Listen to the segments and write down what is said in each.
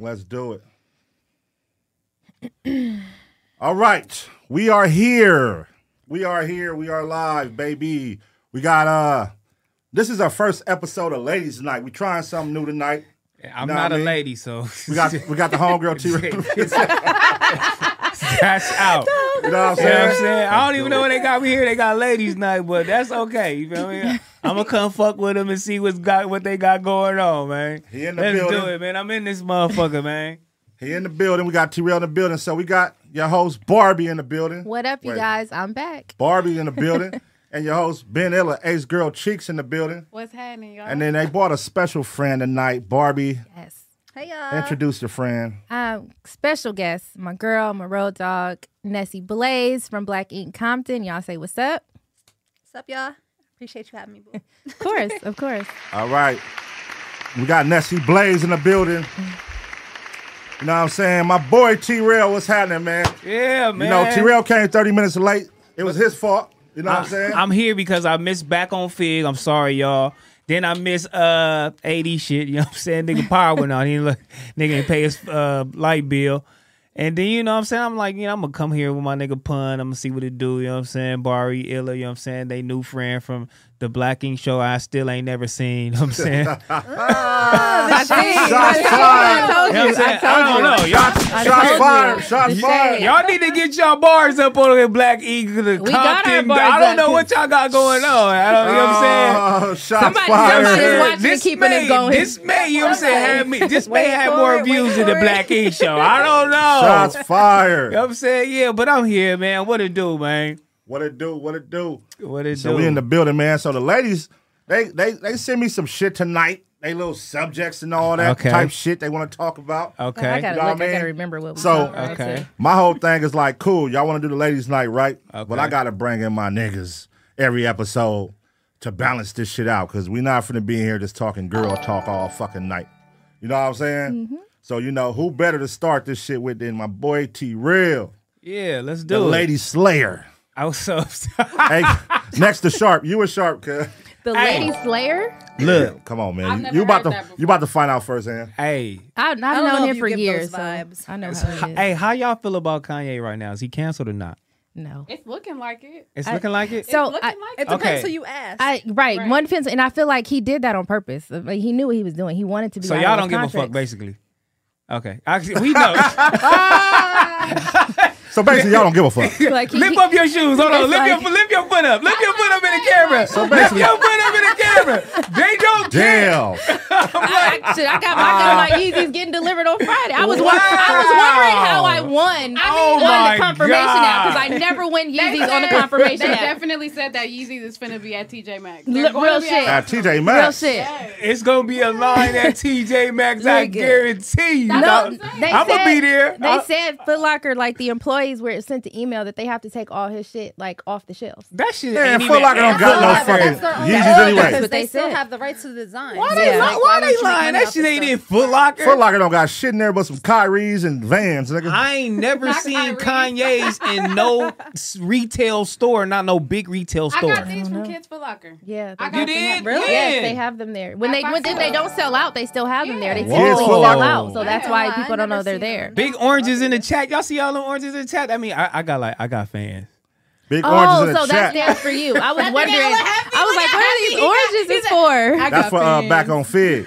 Let's do it. All right. We are here. We are here. We are live, baby. We got uh this is our first episode of Ladies Night. We trying something new tonight. I'm Know what not I a mean? lady, so We got we got the homegirl T that's out. You know what I'm You know what I'm saying? saying? I don't even know where they got me here. They got ladies' night, but that's okay. You feel me? I'm gonna come fuck with them and see what's got what they got going on, man. He in the Let's do building. it, man. I'm in this motherfucker, man. He in the building. We got T-Rail in the building. So we got your host Barbie in the building. What up, you Wait. guys? I'm back. Barbie in the building. and your host Ben Ella, Ace Girl Cheeks in the building. What's happening, y'all? And then they brought a special friend tonight. Barbie, Yes. hey, y'all. introduce your friend. Um, special guest, my girl, my road dog, Nessie Blaze from Black Ink Compton. Y'all say what's up? What's up, y'all? Appreciate you having me. boo. Of course, of course. All right. We got Nessie Blaze in the building. You know what I'm saying? My boy T Rail, what's happening, man? Yeah, man. You know, T Rail came 30 minutes late. It was his fault. You know what I'm saying? I'm here because I missed back on Fig. I'm sorry, y'all. Then I miss uh 80 shit. You know what I'm saying? Nigga power went on. He look nigga didn't pay his uh light bill. And then you know what I'm saying? I'm like, you know, I'm gonna come here with my nigga pun. I'm gonna see what it do, you know what I'm saying? Bari Illa, you know what I'm saying? They new friend from the Black Ink show I still ain't never seen. You know what I'm saying? Shots fired. You know what I'm saying? I don't know. Y'all Shots fired. Shots fired. Y'all need to get y'all bars up on the Black Eagle. The We got our Compton. bars I don't up, know 'cause- what y'all got going on. I don't, you know what I'm saying? Oh, shots Somebody- fired. somebody- watching and keeping may, it going. This may, you know what I'm saying, have me. This may Wait have for more it, wait views than the for it. Black Ink show. I don't know. Shots You know what fired. I'm saying? Yeah, but I'm here, man. What it do, man? What it do? What it do? What it So do? we in the building, man. So the ladies, they they they send me some shit tonight. They little subjects and all that Okay. type shit they want to talk about. okay. Oh, I gotta Nah, look. I man. gotta remember what we So- talked about, okay. too. My whole thing is like, cool, y'all want to do the ladies' night, right? But Okay. I gotta bring in my niggas every episode to balance this shit out because we not finna be in here just talking girl talk all fucking night. You know what I'm saying? Mm-hmm. So you know who better to start this shit with than my boy T Real, Yeah, let's do the it. Lady Slayer. I was so hey, next to Sharp, you a Sharp, cuz. The Hey. Lady Slayer. Look, Come on, man. You, never you about heard to that you about to find out firsthand. hey, I, I've don't know known if him you for give those years. so vibes. I know how it is. hey, how y'all feel about Kanye right now? Is he canceled or not? No. It's looking like it. It's looking like it. So looking I, like It depends Okay. who you ask. I right, Right. one defense, and I feel like he did that on purpose. Like, he knew what he was doing. He wanted to be. So out y'all of don't his give a contract. fuck, basically. Okay, Actually, we know. So basically, y'all don't give a fuck. Like he, lift up your shoes. Hold on. It's Lift your like- lift your foot up. Lift your foot up in the camera. lift basically- your foot up in the camera. They don't care. Damn. I, I- shit, I got my Ah. gun like Yeezy's getting delivered on Friday. I was wondering, I was wondering how I won Oh on my the confirmation app God. because I never win Yeezys on the said- confirmation They app. definitely said that Yeezys is finna be at TJ Maxx. Look, They're gonna real be shit. Uh, at- TJ Real Maxx. shit. It's gonna be a line at TJ Maxx. I Nigga. guarantee you. No, dog. they I'ma said- be there. They I- said Foot Locker, like the employees were sent the email that they have to take all his shit like off the shelves. that shit. Man, ain't Foot even- Locker don't Oh, got no That's their fucking own- Yeezys That's anyway. what they said. the rights to the design. Why they Yeah. lying? Why they lying? That shit ain't in Foot Locker. Foot Locker don't got shit in there but some Kyries and Vans, nigga. I ain't never Not seen Kyrie. Kanye's in no s- retail store, not no big retail I store. got these from Kids for Locker. Yeah, I they got You them. did? Really? Yes, Yeah. they have them there. When I they buy when some. they don't sell out, they still have them there. They Yeah. still don't Whoa. sell out, so Yeah, that's why I people don't never know they're seen there. them. Big oranges in the chat. Y'all see all them oranges in the chat? I mean, I, I got like I got fans. Big Oh, oranges in so the that's chat. there for you. I was wondering. look happy, I was look like, how what happy are he these got- oranges he's is a- for? I That's got for uh, fans. back on Fig.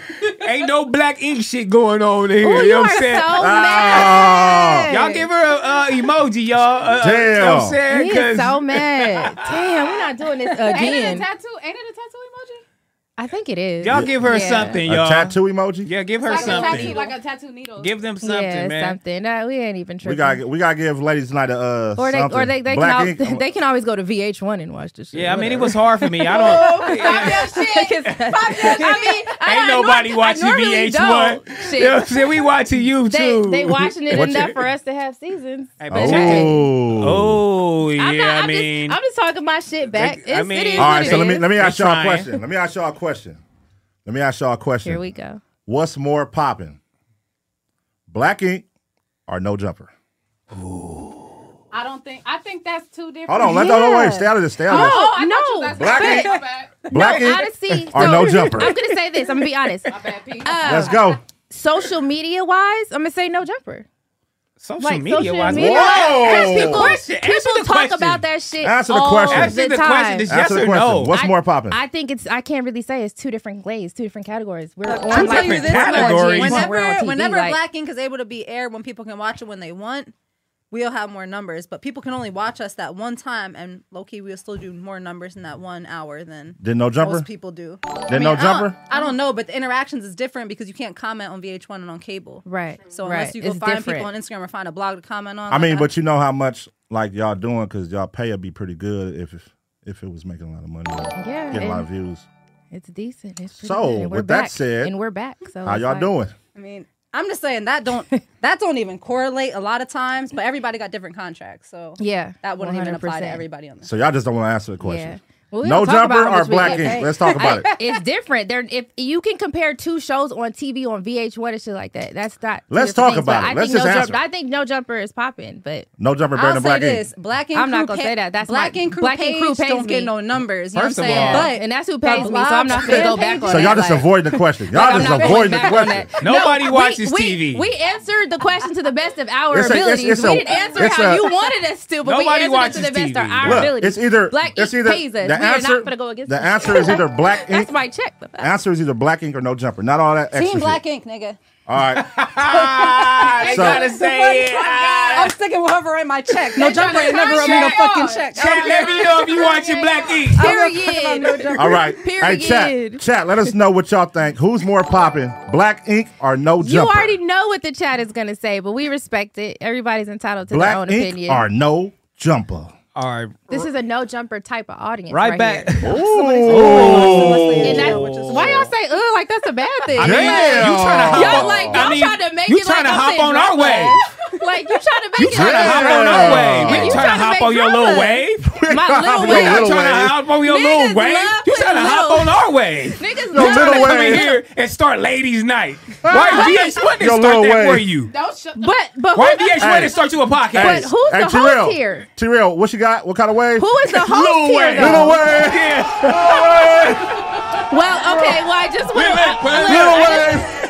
Ain't no black ink shit going on in here. Ooh, Oh, you you know are what I'm so saying? Ah. mad. Y'all give her a uh, emoji, y'all. Uh, uh, You know what I'm Damn. saying? He is 'Cause- so mad. Damn, we're not doing this Ain't it a again. tattoo? Ain't it a tattoo emoji? I think it is. y'all give her Yeah. something, A y'all. tattoo emoji. Yeah, give her Like a tattoo, something. like a tattoo needle. give them something, yeah, man. something. No, we ain't even We tripping. gotta we gotta give ladies night a uh or they, something. or they, they can Black al- ink. Oh. they can always go to VH1 and watch this. Shit, Yeah, I mean, it whatever. was hard for me. I don't. Because- I mean, I- Ain't I nor- nobody I watching normally VH1. don't. You know what I'm Shit. saying? We watching They, YouTube. they watching it What enough you- for us to have seasons. Hey, But but shit. check it. Oh. Oh, yeah, I'm not, I'm I mean. just, I'm just talking my shit back. I It's, mean- it is All right, what so it let me is. let me ask y'all a They're trying. question. Let me ask y'all a question. Let me ask y'all a question. Here we go. What's more popping? Black ink or no jumper? I don't think. I think that's two different. Hold on, let no, no, wait, stay out of this, stay out of this. Oh, Oh, I no. thought you was Black asking- ink. My bad. Black ink Honestly, or so no jumper. I'm gonna say this. I'm gonna be honest. My bad, P. Uh, Let's go. social media wise, I'm gonna say no jumper. Social Like media social wise. media Whoa! wise, 'cause people, Question. Answer people the talk question. about that shit. Answer the all question. Answer the time. question. It's yes Answer the or question. no. What's I- more popping? I think it's. I can't really say. It's two different glades, two different categories. We're on. I'm like, telling you this different much. categories. We're on Whenever, TV, whenever like- Black Ink is able to be aired, when people can watch it when they want, we'll have more numbers. But people can only watch us that one time, and low key, we'll still do more numbers in that one hour than Did no jumper? most people do. Did no I don't, jumper? I don't know, but the interactions is different because you can't comment on VH1 and on cable. Right. So right. unless you go it's find different. people on Instagram or find a blog to comment on, I mean, like, but you know how much like y'all doing because y'all pay would be pretty good if if it was making a lot of money, Yeah, getting a lot of and- views. It's decent. It's pretty So, good, and we're with that back, said, and we're back. So How it's y'all like- doing? I mean, I'm just saying that don't that don't even correlate a lot of times. But everybody got different contracts, so Yeah, that wouldn't even apply to 100%. everybody on this. So y'all just don't want to answer the Yeah. question. Well, we No don't talk about jumper how or much we black get ink? paid. Let's talk about it. It's different. There, if you can compare two shows on TV on VH1 and shit like that, that's not. two Let's different talk about but it. I Let's think just no answer jumper, it. I think No Jumper is popping, but No jumper better I'll than say black ink. this: Black and I'm crew not gonna pay- say that. That's Black my- and crew, Black and page Crew pays don't get me. no numbers. You First know of what I'm saying? all- but um, and that's who but pays me, so Black I'm not gonna go fan back pages- on So it. y'all just like- avoiding the question. Y'all I'm just not avoiding going the back on question. that. Nobody we- watches we, TV. We answered the question to the best of our It's a- it's- abilities. it's a- we didn't answer it's how a- you wanted us to, but we Nobody answered it to watches the best of TV. our Look, Look, abilities. it's either Black it's Ink either pays us. the we answer. are not gonna go against the it. answer is either black ink. That's my check. but that's- answer is either black ink or no jumper. Not all that extra. Team Black shit. Ink, nigga. All right. I So- gotta say it. I'm sticking with whoever in my check. No jumper ain't never wrote me no Check. fucking check. I Chat, don't let care. me know if you watching Black Ink. Period. All right. Hey, chat. Period. Chat, let us know what y'all think. Who's more popping, black ink or no You jumper? already know what the chat is going to say, but we respect it. Everybody's entitled to their black own ink opinion. or no jumper? All right. this is a no jumper type of audience, Right right, back. Here. And Oh, that's, Which is why y'all say "ugh" like that's a bad thing? mean, You trying to hop y'all on- like y'all I mean, trying to make you it like trying to I'm hop saying on our drama. wave. like you trying to make You it trying to like hop Hop I'm on Yeah. our wave. We You ain't trying trying to to hop make on your little drama. wave. My Your little wave. You little trying to wave. hop on your Niggas little wave? love You trying to putting hop little- on our wave? Niggas Your love little that. wave. Come in here and start ladies' night. Why Your VH1 didn't start little that for wave. you? Don't shut. But but Why who, VH1 Hey. didn't start you a Hey, podcast? But who's hey, the host Terrell, here? Terrell, what you got? What kind of wave? who is the host Lil here? Wayne. though? Little wave. Yeah. Well, okay. Well, I just Wait, want wait, wait, to. Little wave.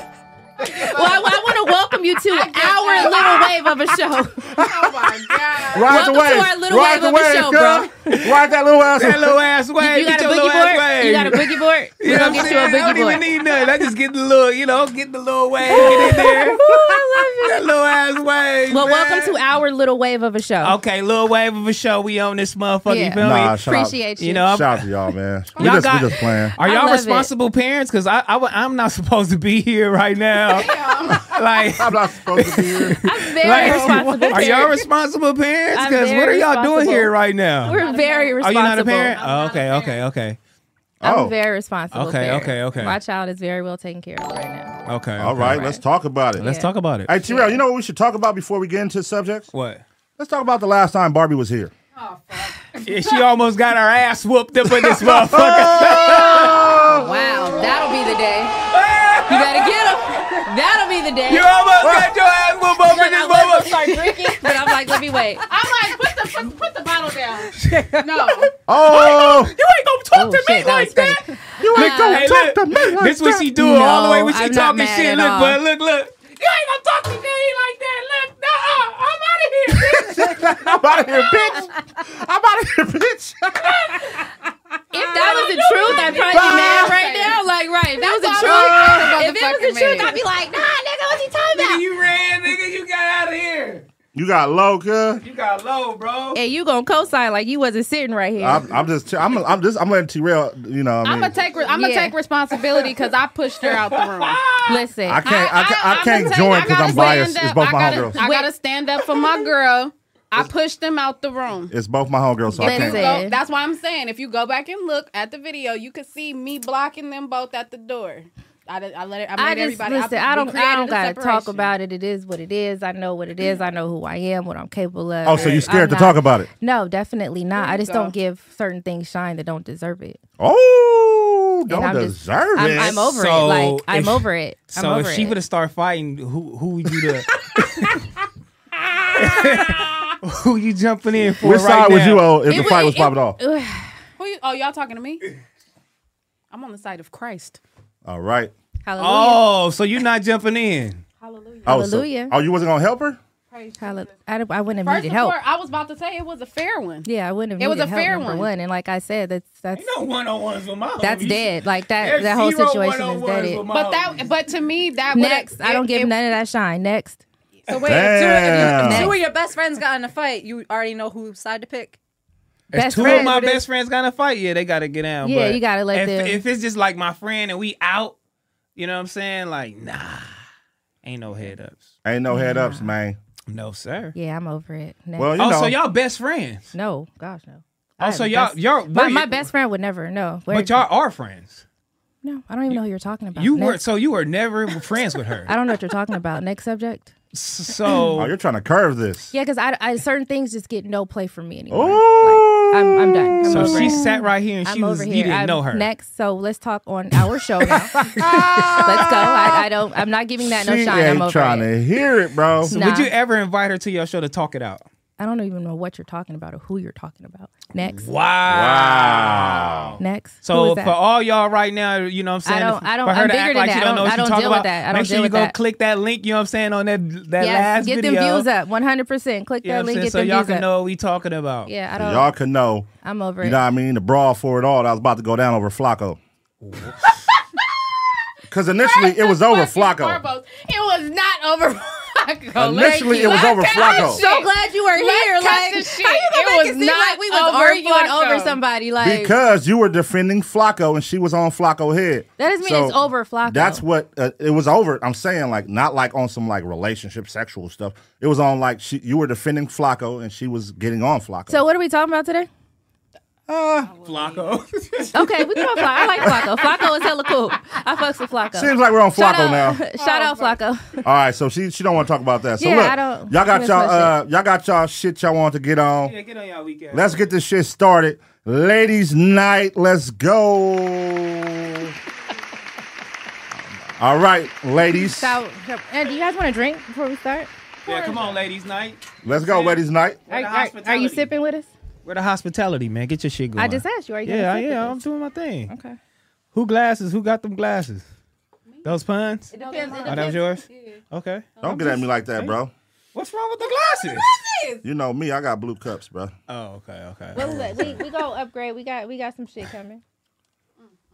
Well, I, want to welcome you to our little wave of a show. Oh my god. Ride Welcome the to wave. our little Ride wave of the show, girl. Ride that little ass. That little ass wave. You got Get your a little ass boogie board? You wave. got a boogie board? You We're know gonna what I'm get you a saying? I don't even boogie board. need nothing. I just get the little, you know, get the little wave. Get in there. That little ass wave. Well, man. welcome to our little wave of a show. Okay, little wave of a show. We own this motherfucker. You Yeah. feel Nah, me? shout out. Appreciate you. You know, I'm- Shout out to y'all, man. We Y'all just, got- we just playing. Are I y'all love it. responsible parents? Because I, I, I'm not supposed to be here right now. like, I'm not supposed to be here. I'm very like, responsible. are y'all responsible parents? I'm Because what are very y'all doing responsible. here right now? We're very Are you responsible. not a parent? Oh, I'm not a okay, parent. okay, okay, I'm Oh. very responsible. Okay, parent. okay, okay. My child is very well taken care of right now. okay. All right, let's talk about it. Let's Yeah. talk about it. Hey, Terrell, you know what we should talk about before we get into subjects? What? Let's talk about the last time Barbie was here. Oh, fuck. Yeah, she almost got her ass whooped up in this motherfucker. Wow, that'll be the day. You gotta get him. That'll be the day. You almost got your ass whooped up in Look, this I was gonna motherfucker. start drinking, but I'm like, let me wait. I'm like, put the put, put the bottle down. No. Oh, You ain't gonna talk Oh, to me shit, that like was funny. that. you ain't gonna Hey, talk look, to me like this what that. she doing all the way when she No, I'm not talking mad shit. at Look, all. but look, look. You ain't gonna talk to me like that. Look, no, I'm out of here. bitch. I'm out of here, bitch. I'm out of here, bitch. If that was the truth, I'd probably be mad right now. Like, right. If that was the truth, if it was the truth, I'd be like, nah, nigga, what you talking Nigga, about? you ran, nigga. You got out of here. You got low, cuz. You got low, bro. And you gonna co-sign like you wasn't sitting right here. I'm, I'm just, I'm, I'm just, I'm letting Terrell, you know, what I I'm mean, gonna take re- I'm gonna Yeah. take responsibility because I pushed her out the room. Listen, I can't, I, ca- I, I'ma can't tell you, join I because gotta I'm biased. stand It's up. both I my gotta- homegirls. I gotta stand up for my girl. I pushed them out the room. It's both my homegirls, so I Listen. can't. So that's why I'm saying if you go back and look at the video, you can see me blocking them both at the door. I, did- I let it, I made I just everybody. listen. I, I we don't. I created don't a gotta talk separation. about it. It is what it is. I know what it is. I know who I am, what I'm capable of. Oh, so you I'm scared to not- talk about it? No, definitely not. I just go. don't give certain things shine that don't deserve it. Oh, don't I'm just- deserve I'm, it. I'm over it. So Like I'm if- over it. I'm So over if she it. would have started fighting, who who would you to? who you jumping in for? Which right side was now? you on if It the would- fight was it- popping off? Ugh. Who you, oh, y'all talking to me? I'm on the side of Christ. All right. Hallelujah. Oh, so you're not jumping in? Hallelujah. Oh, so- Hallelujah. oh, you wasn't gonna help her? Praise Hallelujah. Jesus. I, I wouldn't have First needed of help. all, I was about to say it was a fair one. Yeah, I wouldn't have It was needed a help, fair number one. And like I said, that's that's No one on ones with my. that's dead. Like that that whole situation is oh dead. But that, but to me, that would've- Next, I it- don't give it- none of that shine. Next. So wait, if two, if you- if Damn. two of your best friends got in a fight, you already know who side to pick. If best two of friend my with best friends got in a fight, yeah, they gotta get down. Yeah, but you gotta if, let them- If it's just like my friend and we out, you know what I'm saying? Like, nah, ain't no head ups. Ain't no head ups, man. No sir. Yeah, I'm over it. Next. Well, you oh, know, so y'all best friends? no, gosh, no. I Oh, so have a y'all, best- y'all, my, were my you- best friend would never. No, Where- but y'all are friends. no, I don't even know who you're talking about. You Next. were so you were never friends with her. I don't know what you're talking about. Next subject. oh, So you're trying to curve this. Yeah, because I, I certain things just get no play from me anymore. Ooh. I'm, I'm done. I'm Oh. so over she it. sat right here and she I'm was over you here. didn't I'm know her. Next, so let's talk on our show now. Let's go. I, I don't. I'm not giving that no she shine. I'm ain't over trying it. to hear it, bro. No. Would you Nah. ever invite her to your show to talk it out? I don't even know what you're talking about or who you're talking about. Next, Wow. Wow. next. Who So is that? for all y'all right now, you know what I'm saying? I don't- I don't- for her I'm to bigger act than like that. she I don't know don't- what I you don't talking deal with about. that. I don't Make sure deal you with go that. click that link, you know what I'm saying, on that that yes, last get video. them views up. 100. percent Click You know what that I'm link. saying? Get so them y'all views can up. know what we talking about. Yeah, I don't. Y'all can know. I'm over You it. know what I mean? The brawl for it all. I was about to go down over Flacco. Because initially it was over Fucking Flacco. Barbos. It was not over Flacco. Initially, it was over Flacco. so glad you were here. cut Like, the shit. how you gonna It make was it seem not like we was over arguing Flacco. over somebody? Like Because you were defending Flacco and she was on Flacco head. that doesn't mean So it's over, Flacco. That's what uh, it was over. I'm saying like not like on some like relationship sexual stuff. It was on like she, you were defending Flacco and she was getting on Flacco. So what are we talking about today? Flacco. Okay, we can Flacco. I like Flacco. Flacco is hella cool. I fucks with Flacco. Seems like we're on Shout Flacco now. out, Shout out Flacco. All right, so she she don't want to talk about that. So Yeah, look, I don't- y'all got that's y'all my uh, y'all got y'all shit y'all want to get on. yeah, get on y'all weekend. Let's get this shit started. Ladies night, let's go. All right, ladies. So, and do you guys want a drink before we start? yeah, come on, ladies' night. Let's go, ladies night. Are, the are, are you hospitality. sipping with us? Where the hospitality, man? Get your shit going. I just asked you. Are you? Yeah, gonna sip yeah, I'm With doing my thing. us? Okay. Who glasses? Who got them glasses? Those puns? Oh, that was yours? Okay. Oh. Don't get at me like that, bro. What's wrong with the glasses? You know me, I got blue cups, bro. Oh, okay, okay. we we go upgrade. We got we got some shit coming.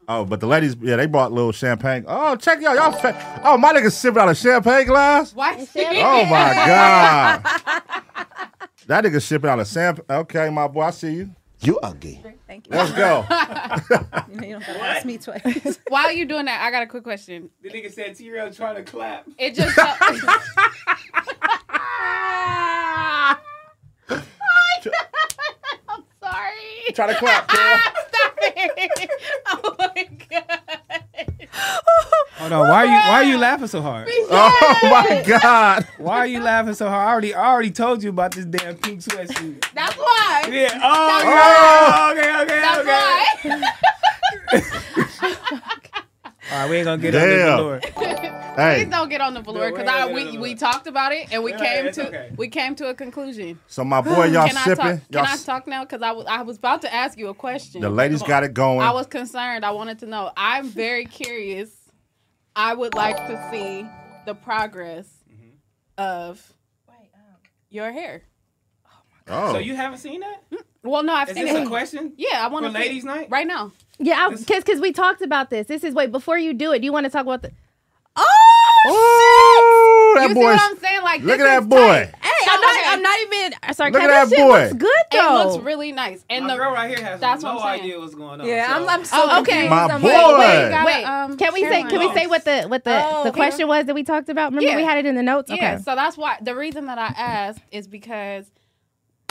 Oh, but the ladies, yeah, they brought little champagne. Oh, check y'all, y'all. Fa- oh, my nigga sipping out a champagne glass. Why? Oh my god, that nigga sipping out a sample. Okay, my boy, I see you. You ugly. Thank you. Let's go. You know, you don't have to ask me twice. While you doing that, I got a quick question. the nigga said T-Rail trying to clap. It just. I'm sorry. Try to clap, girl. Stop it. Oh my god. Hold on, why are you why are you laughing so hard? Oh my god. Why are you laughing so hard? I already I already told you about this damn pink sweatsuit. That's why. Yeah. Oh, Oh. okay, okay, okay. That's why. All right, we ain't gonna get Damn. on this floor. Hey, Please don't get on the velour because No, I wait, wait, we, wait, we wait. talked about it and we Yeah, came it's to okay. we came to a conclusion. so my boy, y'all Can I sipping. talk? y'all Can I s- talk now? Because I was I was about to ask you a question. The ladies got it going. I was concerned. I wanted to know. I'm very curious. I would like to see the progress Mm-hmm. of um. your hair. oh, So you haven't seen that? Well, no, I've Is seen this a it. question? Yeah, I want to. For ladies' night? right now. Yeah, because because we talked about this. This is wait before you do it. Do you want to talk about the? Oh, Ooh, that you see boy. what I'm saying? Like, Look at this that is boy. tight. Hey, I'm not. I'm not even. Sorry, Look at that that shit boy. looks good It though. looks really nice. And My the girl right here has that's no what I'm saying. idea what's going on. yeah, so. I'm, I'm so Oh, confused. okay. My I'm boy. like, Wait, gotta, Wait, um, can we share say my can we notes. say what the what the, Oh, the okay. question was that we talked about? Remember we Yeah. had it in the notes. Yeah, Okay. so that's why the reason that I asked is because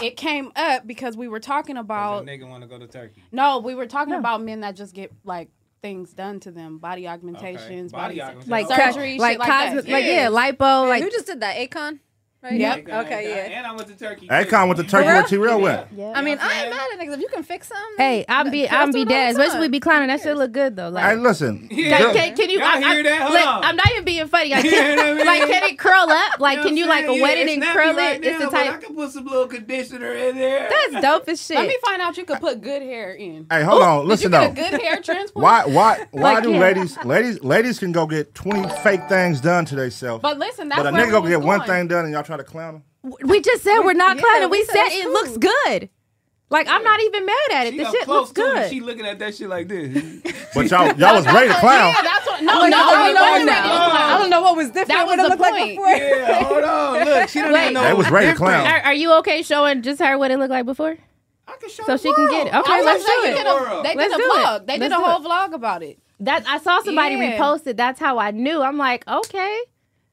it came up because we were talking about nigga want to go to Turkey. no, we were talking about men that just get like things done to them, body augmentations, Body body, augmentation. like Oh. cut- surgery, like shit like that. cosmic, Oh, like yeah, lipo, Like, like who just did that? Akon? Right? Yep. Okay. Yeah. And I went to Turkey. Akon went to Turkey For with T-Real went. Yeah. I mean, I ain't mad at niggas. If you can fix something, hey, I'm be Girls I'm do be it all dead, the especially time. with be clown. That shit look good though. Hey, Like, listen. Can, girl- can, can you? Y'all I, I, hear that? Hold look, on. I'm not even being funny. Like, You know what I can, mean? like, can it curl up? Like, can you like wet it and curl it? It's It's the I type. can put some little conditioner in there. That's dope as shit. Let me find out you could put good hair in. Hey, hold on. Did you Listen get though. a good hair transplant? Why why why Like, do yeah. ladies ladies ladies can go get twenty fake things done to themselves? But listen, that's But a where nigga go we get was one going. thing done and y'all try to clown him. we just said we're not Yeah, clowning. We, we said said it's it cool. looks good. Like, I'm not even mad at it. She The up shit close looks to it, good. She looking at that shit like this. But y'all y'all was ready to clown. Yeah, that's what. No, Oh, Like, no, I, don't I know wasn't what- ready to I clown. don't know what was different. That what was it the looked like point. before. yeah, hold on. Look, she don't Wait. even know. They was ready to clown. Are, are you okay showing just her what it looked like before? I can show So the she can get it. world. Okay, I let's was do like, it. they did a- They Let's did a do it. vlog. They did Let's a do whole it. vlog about it. That I saw somebody Yeah. repost it. That's how I knew. I'm like, okay,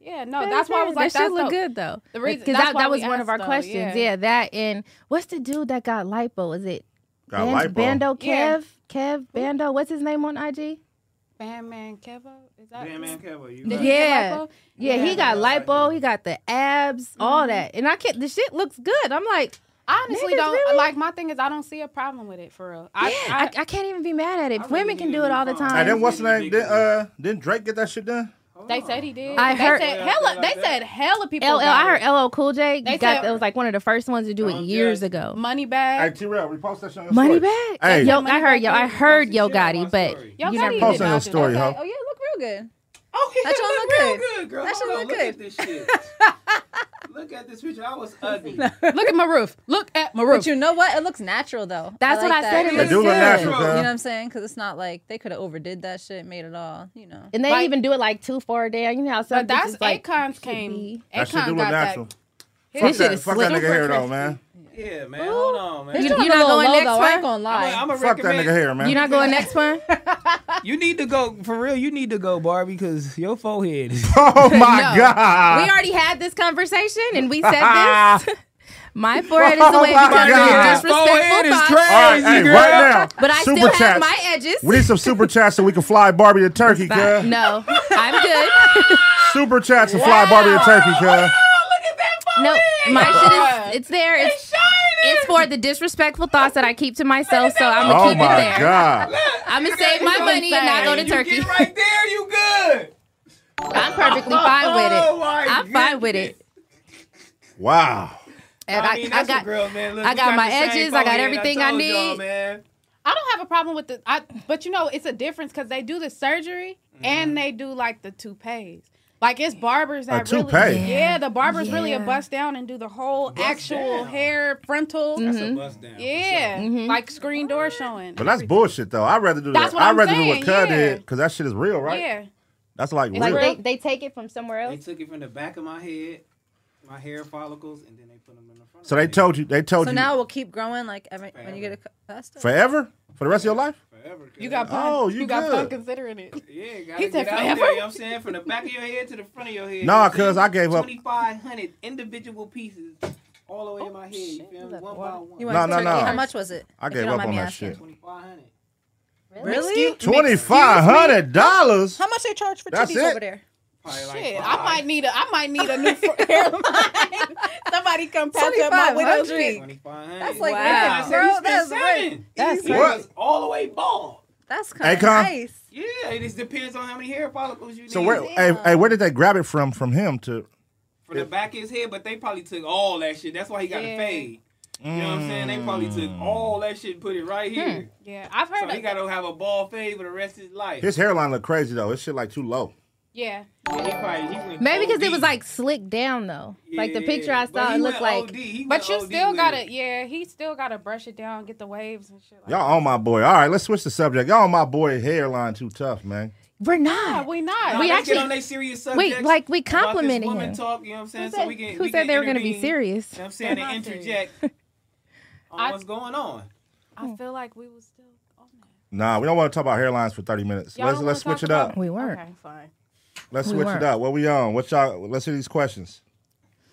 Yeah, no, Oh, that's why I was like, that shit that's look dope. good though. The reason- because that's that, why that we was one of asked, our though, questions. yeah. Yeah. that and what's the dude that got lipo? Is it Got Ban- lipo. Bando Kev? Yeah. Kev Bando? What's his name on IG? Bam Man Kevo? Is that Damn, man, Kevo, you Did right. he get Yeah. lipo? Yeah, he Yeah. got lipo. He got the abs, Mm-hmm. all that, and I can't. The shit looks good. I'm like, I honestly Niggas don't really- like my thing is I don't see a problem with it for real. I, I, I can't even be mad at it. I really Women can need a do it new all the phone. Hey, time. then what's the name? Did, uh, didn't Drake get that shit done? I, they said he did. I they heard- said hella they said hella people. LL, got I it. heard LL Cool J They got said- it was like one of the first ones to do it Oh, Don't years judge. ago. money Hey, bag. T-Real, repost that shit on your Money story. back. Hey. yo, Money I heard yo, back. I heard yo Shit on my Gotti, but story. Yo you Gotti never did Post not on your do that. story, Okay. huh? Oh yeah, it looked real good. Oh, yeah, That shit look look real good. good, girl. That shit Hold on, look Look at good. this shit. Look at this picture. I was ugly. Look at my roof. Look at my roof. But you know what? It looks natural though. That's like what I that. said, it You They looks do look good. natural, know what girl. I'm saying? Because it's not like they could have overdid that shit, made it all. You know. And they Like- even do it like too far down. You know how some but that's bitches, like Akon's be. came. That shit do Akon look got natural. that. Fuck This shit that, is fuck that nigga slick. hair though, man. Yeah, man. Hold on, man. They You- showed you a not little going logo, next I one? ain't gonna lie. I'm a Fuck that nigga hair, man. You not going next one? You need to go for real. You need to go, Barbie, because your forehead. Is, oh my No. god. We already had this conversation and we said this. My forehead is the way Oh my God. because of Your forehead disrespectful is thoughts, trash. All right, hey, Girl. right now. But I super still chats. have my edges. We need some super chats so we can fly Barbie to Turkey, But cuz. no, I'm good. Super chats and fly Barbie to Turkey, cuz. No, my shit is it's there. It's, it's for the disrespectful thoughts that I keep to myself, so I'm gonna Oh keep my it there. god. I'm gonna save my money and not go to you Turkey. Get right there, you good. I'm perfectly fine with Oh, it. my I'm fine with it. Wow. And I, I, mean, I that's a got girl, man. Look, I we got my the same edges, I got forehead everything I told y'all, need. man. I don't have a problem with the I but you know, it's a difference because they do the surgery Mm-hmm. and they do like the toupees. Like it's barbers that toupee? really Yeah. yeah. the barbers really a Yeah. bust down and do the whole actual down. hair frontal. Mm-hmm. That's a bust down. for Yeah, sure. like screen door showing. But that's bullshit though. I'd rather do That's that. what I'd I'm rather do saying, what Cud yeah. did, cause that shit is real, right? Yeah, That's like real. like they, they take it from somewhere They else. took it from the back of my head, my hair follicles, and then they put them in the front. so of they my told you they told So you now we'll keep growing like every when you get a cu- that's dope. forever? For the rest of your life? head forever. you got pun. Oh, you you got pun good. considering it. Yeah, gotta He get said out forever. there. You know what I'm saying? From the back of your head to the front of your Nah, head. you know what I'm 'cause I saying? gave up. 2,500 individual pieces all the way Oh, in my head. You feel me? One by one. No, You went no, to Turkey. no. How much was it? I If gave you don't up mind on me that asking. shit. 2,500 Really? Twenty five hundred dollars? How much they charge for That's titties it? over there? Probably like Shit, five. I might need a I might need a new fr- hairline. Somebody come patch up my 25, widow's huh? peak. 2,500 That's like I wow. said, bro, he spent that's seven. right. That's right. was all the way bald. That's kind Akon? of nice. Yeah, it just depends on how many hair follicles you need. So where hey, hey, where did they grab it from from him to From the back of his head, but they probably took all that shit. That's why he got Yeah. a fade. You know what I'm saying? They probably took all that shit and put it right Hmm. here. Yeah, I've So heard. he of got to have a bald fade for the rest of his life. his hairline look crazy though. His shit like too low. yeah, Yeah, he probably- he went Maybe because it OD. was like slicked down though. Like the picture I Yeah, but he saw, it went looked like OD. He but went you OD still with gotta it. yeah he still gotta brush it down, get the waves and shit. Like Y'all on my boy. All right, let's switch the subject. Y'all on my boy hairline too tough, man. we're Yeah, not. we not. We Let's actually- get on they serious Wait, subjects. like, we about this complimented woman him. Talk, you know what I'm saying? Who so said, we can, who we said can they were going to be intervene, serious? You know what I'm saying? They're And not serious. interject on I- what's going on. I feel like we was still on that. Nah, we don't want to talk about hairlines for 30 minutes. Y'all let's don't let's wanna switch talk it up. about- We weren't. Okay, fine. Let's We switch weren't. it up. What we on? What y'all let's hear these questions.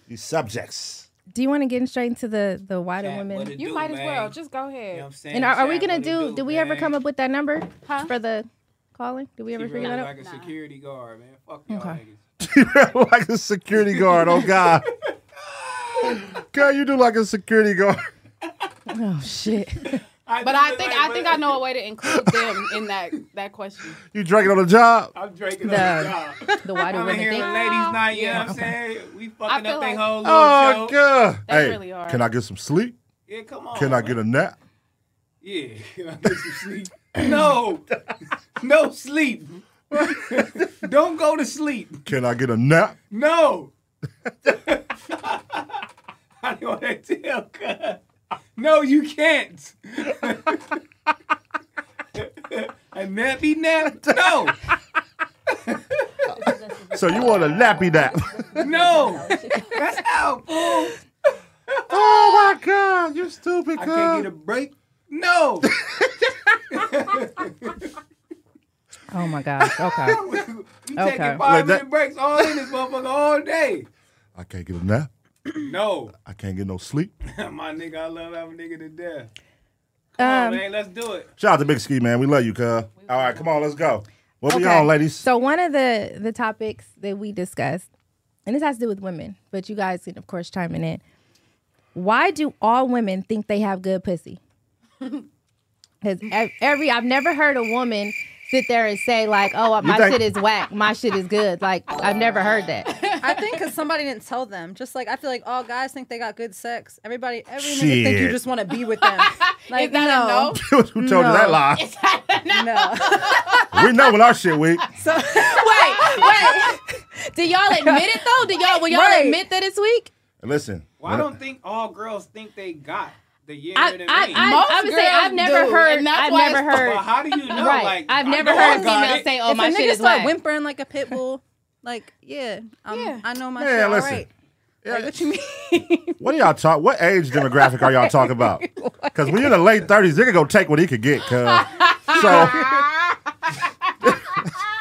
These subjects. Do you want to get straight into the the wider Chat, women? what it You do, might as man? well just go You know ahead. what I'm saying? and are, are we Chat, gonna what it do? Did we ever man? come up with that number Huh? for the calling? Did we ever She figure really that like out? a security guard, man. Fuck y'all Okay. niggas. like a security guard. Oh God. Girl, you do like a security guard. Oh shit. But I think I think I know a way to include them in that that question. You drinking on the job. Oh, I'm drinking The- on the job. The why do I'm in women here with think? ladies' night. You know Yeah. what I'm saying? We fucking feel up like- they whole little Oh, show. God. They hey, really are. can I get some sleep? Yeah, come on. Can I get a nap? Yeah, can I get some sleep? no, no sleep. Don't go to sleep. Can I get a nap? No. I don't want to tell. cuz. No, you can't. A nappy nap? No, So you want a nappy nap? no. That's how. fool. oh, my God. You stupid, I girl. can't get a break. No. Oh my gosh. Okay. You taking Okay. five Like that- minute breaks all in this motherfucker all day. I can't get a nap. No. I can't get no sleep. My nigga, I love that nigga to death. Come on, Um, man, let's do it. Shout out to Big Ski, man. We love you, cuz. All right, come on, let's go. What we okay. on, ladies? So one of the the topics that we discussed, and this has to do with women, but you guys can of course chime in. it. Why do all women think they have good pussy? Because every I've never heard a woman sit there and say like, "Oh, my think- shit is whack, my shit is good." Like I've never heard that. I think because somebody didn't tell them. Just like I feel like all guys think they got good sex. Everybody, every nigga think Shit. you just want to be with them. Like Is that a no? Who told you that lie? no, no. we know what our shit weak. So wait, wait. Do y'all admit it though? Do y'all will y'all all Right. admit that it's weak? Listen. Well, I don't think all girls think they got the year I in the I, ring. I, Most I would say I've girls never do, heard. and that's I've why never it's- heard. Well, how do you know? Right. Like I've I never know heard I got females it. say, "Oh, if my a shit nigga is start whack." whimpering like a pit bull, like yeah, um, Yeah. I know my Yeah, shit. All listen. right. Like what you mean? What are y'all talk? What age demographic are y'all talking about? Because when you're in the late thirties, they can go take what he could get. Cause so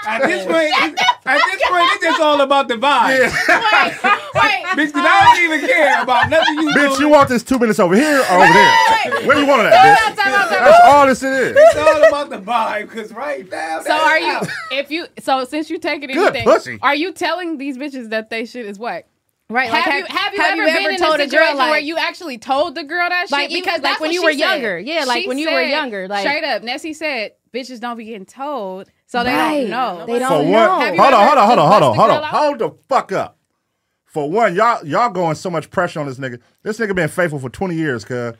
At this point, it's- at this point, it's just all about the vibe. yeah. Wait, Bitch, 'cause I don't even care about nothing you bitch, do. you want this two minutes over here or over there? Where you want it at, bitch? That's all this it is. It's all about the vibe, cause right now. so are you? If you so since you taking Good anything, pussy. are you telling these bitches that they shit is whack? Right. Have, you have you ever been in a situation where you actually told the girl that Like, shit? because, like, that's when what you she were said. younger. Yeah, like, She when you were said- younger, like- straight up, Nessie said, "Bitches don't be getting told, so they Right. don't know." They don't For one, know. Have hold you on, hold ever on, hold on, hold on, just hold bust on, the hold the fuck up. For one, y'all y'all going so much pressure on this nigga. This nigga been faithful for twenty years, cuz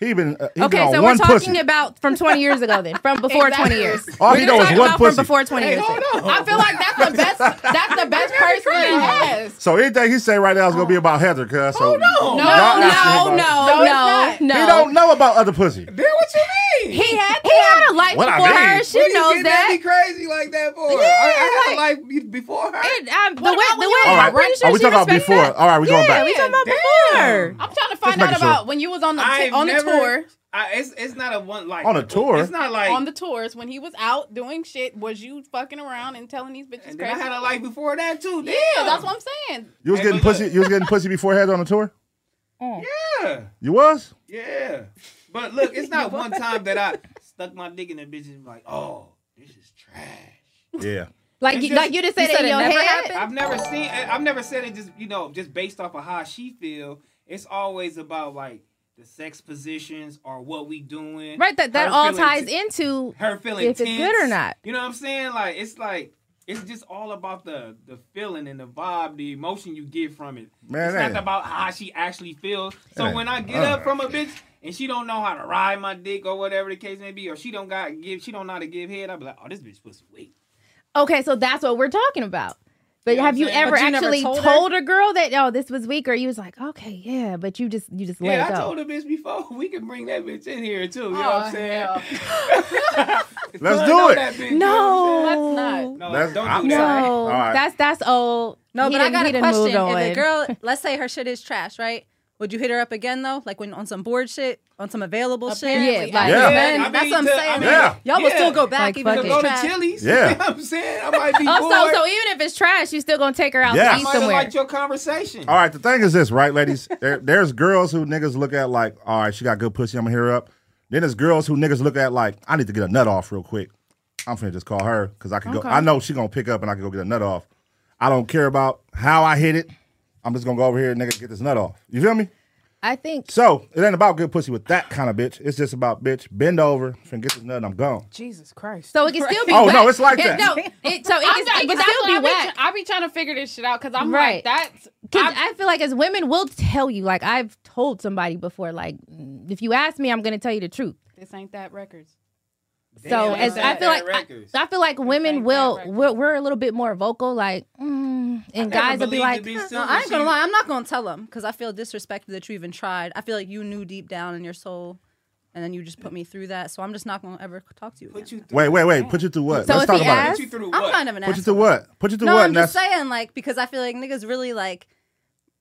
he been uh, he been Okay, on so we're one talking pussy. about from 20 years ago then, from before Exactly. 20 years. All We're he just know is talking one about pussy. From before 20 years. then. I feel like that's the best. That's the best person. to have. so anything he say right now is gonna be about Heather, cuz. So no, No, No, no, No, it's no, not. no. He don't know about other pussy. Then what you mean? He had, he had a life What I before mean. her. She What you knows getting at me that. crazy like that for? I, I had a life be- before her. And, um, the way, the about when way, you All were I'm right. pretty sure Are we she talking about respects before? that. All right, we going Yeah, back. we talking about Damn. before. I'm trying to find making out about sure. when you was on the I've on the never- tour. I, it's it's not a one like On a tour? It's not like on the tours when he was out doing shit. Was you fucking around and telling these bitches And crazy? then I had a life before that too. yeah, Damn. that's what I'm saying. You was Hey, getting but look. pussy. You was getting pussy before Heather on the tour. Yeah, You was. yeah. But look, it's not one time that I stuck my dick in the bitch and be like, oh, this is trash. Yeah. Like, It's you, just- like you just said, You said it in it your never head. happened? I've never seen. I've never said it just you know just based off of how she feel. It's always about like the sex positions or what we doing. Right, that, that Her all feeling ties t- into her feeling if it's tense. good or not. You know what I'm saying? Like it's like it's just all about the the feeling and the vibe, the emotion you get from it. Man, it's that not ain't- about how she actually feels. So ain't- when I get uh. up from a bitch and she don't know how to ride my dick or whatever the case may be, or she don't got give she don't know how to give head, I be like, oh, this bitch pussy weak. Okay, so that's what we're talking about. But You know have what you I'm saying? ever But you never actually told, told her? a girl that oh this was weak, or you was like okay yeah, but you just you just let yeah, it I go. told the bitch before we can bring that bitch in here too. You know what I'm saying? Let's Son, do know it. that bitch, you know what I'm saying? no, Let's not. No, That's- don't do I'm that. sorry. no, All right. that's that's old. No, He but I done- got he a done moved question. If on. a girl, let's say her shit is trash, right? Would you hit her up again though? Like when on some board shit, on some available Apparently, shit? Like, Yeah. then- I mean, that's what I'm to- I saying. mean, Yeah. Y'all will yeah. still go back Like, even fuck to if it. it's go trash. to Chili's. Yeah. You know what I'm saying? I might be oh, so bored. so even if it's trash, you still gonna take her out Yeah. to I eat might have somewhere. liked your conversation. All right. The thing is this, right, ladies? There, there's girls who niggas look at like, all right, she got good pussy. I'm gonna hit her up. Then there's girls who niggas look at like, I need to get a nut off real quick. I'm finna just call her because I can go. I know she gonna pick up and I can go get a nut off. I don't care about how I hit it. I'm just gonna go over here, nigga, get this nut off. You feel me? I think So it ain't about good pussy with that kind of bitch. It's just about bitch, bend over, finna get this nut, and I'm gone. Jesus Christ. so. It can still be. Oh, whack. no, it's like Yeah, that. No, it, so it can, it can still be whack. I be trying to figure this shit out because I'm Right. like, that's. 'Cause I- I feel like as women, we'll tell you. Like I've told somebody before. Like mm, if you ask me, I'm gonna tell you the truth. this ain't that records. So Damn, as, I that's feel like bad I, I feel like women bad will records. we're, we're a little bit more vocal. Like mm, and guys will be like, No, "Uh-uh, I ain't gonna lie. I'm not gonna tell them because I feel disrespected that you even tried. I feel like you knew deep down in your soul, and then you just put me through that. So I'm just not gonna ever talk to you. Again. Put you through, Wait, wait, wait. Put you through what? So Let's if talk he about asks- it. put you through I'm what? kind of an Put you asshole. through what? Put you through No, what? I'm And just that's- saying like because I feel like niggas really like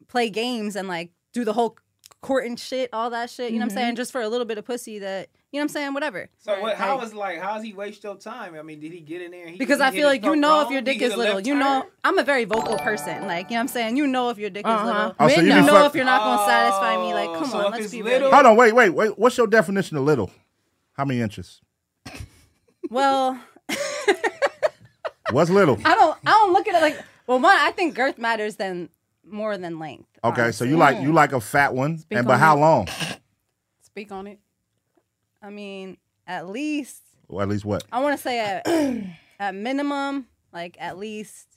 play games and like do the whole court and shit, all that shit. You know what I'm saying? Just for a little bit of pussy that you know what I'm saying. Whatever. Mm-hmm. So what? How is like? How's he waste your time? I mean, did he get in there? and he- Because he I hit feel his like you throat know wrong? if your He dick did is a little. left You know, turn? I'm a very vocal person. Like, you know what I'm saying? You know if your dick Uh-huh. is little. Oh, so Men you You be know. know fuck- if you're not going to satisfy me. Like, Oh, come so on, if let's it's be little- real. Hold on, wait, wait, wait. What's your definition of little? How many inches? Well, What's little? I don't, I don't look at it like, well, one, I think girth matters than more than length. Okay, so honestly. you like you like a fat one, and but on how long? Speak on it. I mean, at least, Or at least what? I want to say at, at minimum, like at least.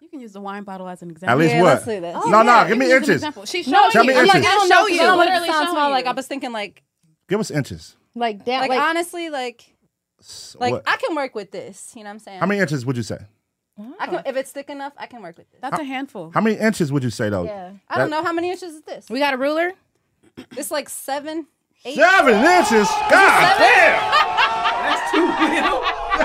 You can use the wine bottle as an At example. least Oh, Yeah, what? let's do this. no, no, Yeah, give you me can use an inches. example. She's No, showing tell me you. I'm like, I inches. don't know. 'cause I don't want it Literally to sound showing small. you. Like, I was thinking, like, Give us inches. like down, like, like, honestly, like, S- like what? I can work with this. You know what I'm saying? how many inches would you say? I can, if it's thick enough, I can work with this. That's a handful. How many inches would you say though? yeah. I don't know how many inches is this. We got a ruler. It's like seven, eight. Seven inches. God damn. That's too little.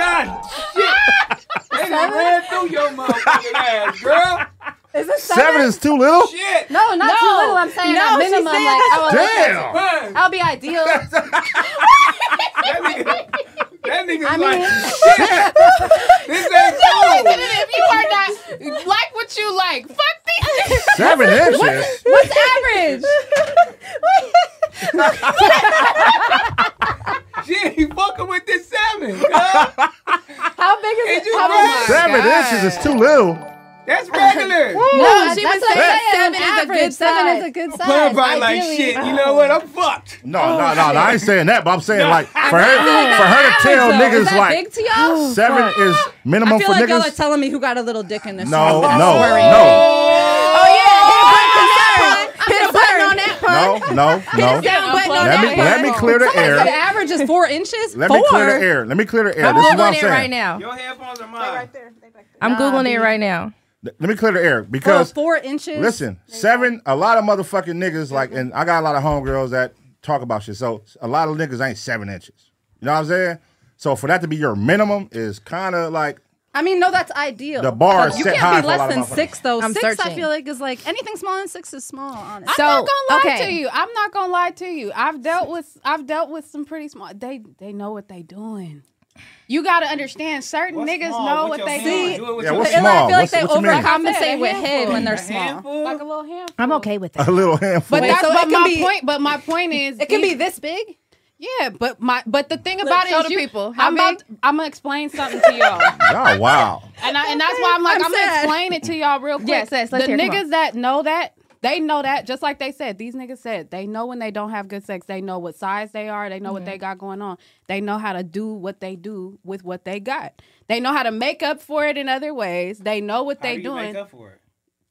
God shit. They done ran through your motherfucking ass, girl. Is it Seven is too little. Shit. No, not too little. I'm saying No, at she's minimum. saying like, I would like that. Damn. Man, I'll be ideal. that nigga. That nigga's I like, mean- shit. This ain't cool. if you are not like what you like, fuck these. Seven inches. What's average? Shit, you fucking with this seven, girl. How big is Did it? you How run? much? Seven inches is too little. That's regular. No, she that's was what saying I'm seven is a average. good Seven is size. a good size. Playing by like ideally. Oh. shit. You know what? I'm fucked. No, no, no, no. I ain't saying that, but I'm saying like for her, for her to tell Average, though. is niggas that like big to y'all? seven is I minimum feel for like y'all are niggas. telling me who got a little dick in this. No, no, room. That's worrying. no, Oh yeah, hit a button on that no, part. no, no. Hit a button Let on that me part. let me clear the Somebody said air. average is four inches. Let four. me clear the air. Let me clear the air. I'm This is what I'm googling it saying. right now. Your headphones are mine. I'm googling it right now. Let me clear the air Well, because four inches. listen, seven. A lot of motherfucking niggas like, and I got a lot of homegirls that talk about shit. So a lot of niggas ain't seven inches. You know what I'm saying? So for that to be your minimum is kind of like I mean, no, that's ideal. The bar is you set can't high for a be less lot of than motherfuckers. six, though. I'm six, searching. I feel like, is like anything smaller than six is small. Honestly, So I'm not gonna lie okay. to you. I'm not gonna lie to you. I've dealt with I've dealt with some pretty small. They they know what they doing. You gotta understand. Certain What's niggas small? know What what your they hand do. doing with Yeah, your what's I feel hand? small? like they What's- what you mean? overcompensate with Yeah, head when they're A small. handful? Like a little handful. I'm okay with a that. little handful. But that's so it but can my be- point. But my point is, It can these- be this big. Yeah, but my but the thing about show it the is, you, people. How I'm about, I'm gonna explain something to y'all. Oh wow. And I, and that's why I'm like I'm I'm, gonna sad. explain it to y'all real quick. Yes, yes, let's the hear it. Come on. niggas that know that they know that just like they said. These niggas said they know when they don't have good sex. They know what size they are. They know what they Mm-hmm. got going on. They know how to do what they do with what they got. They know how to make up for it in other ways. They know what How they do you doing. make up for it?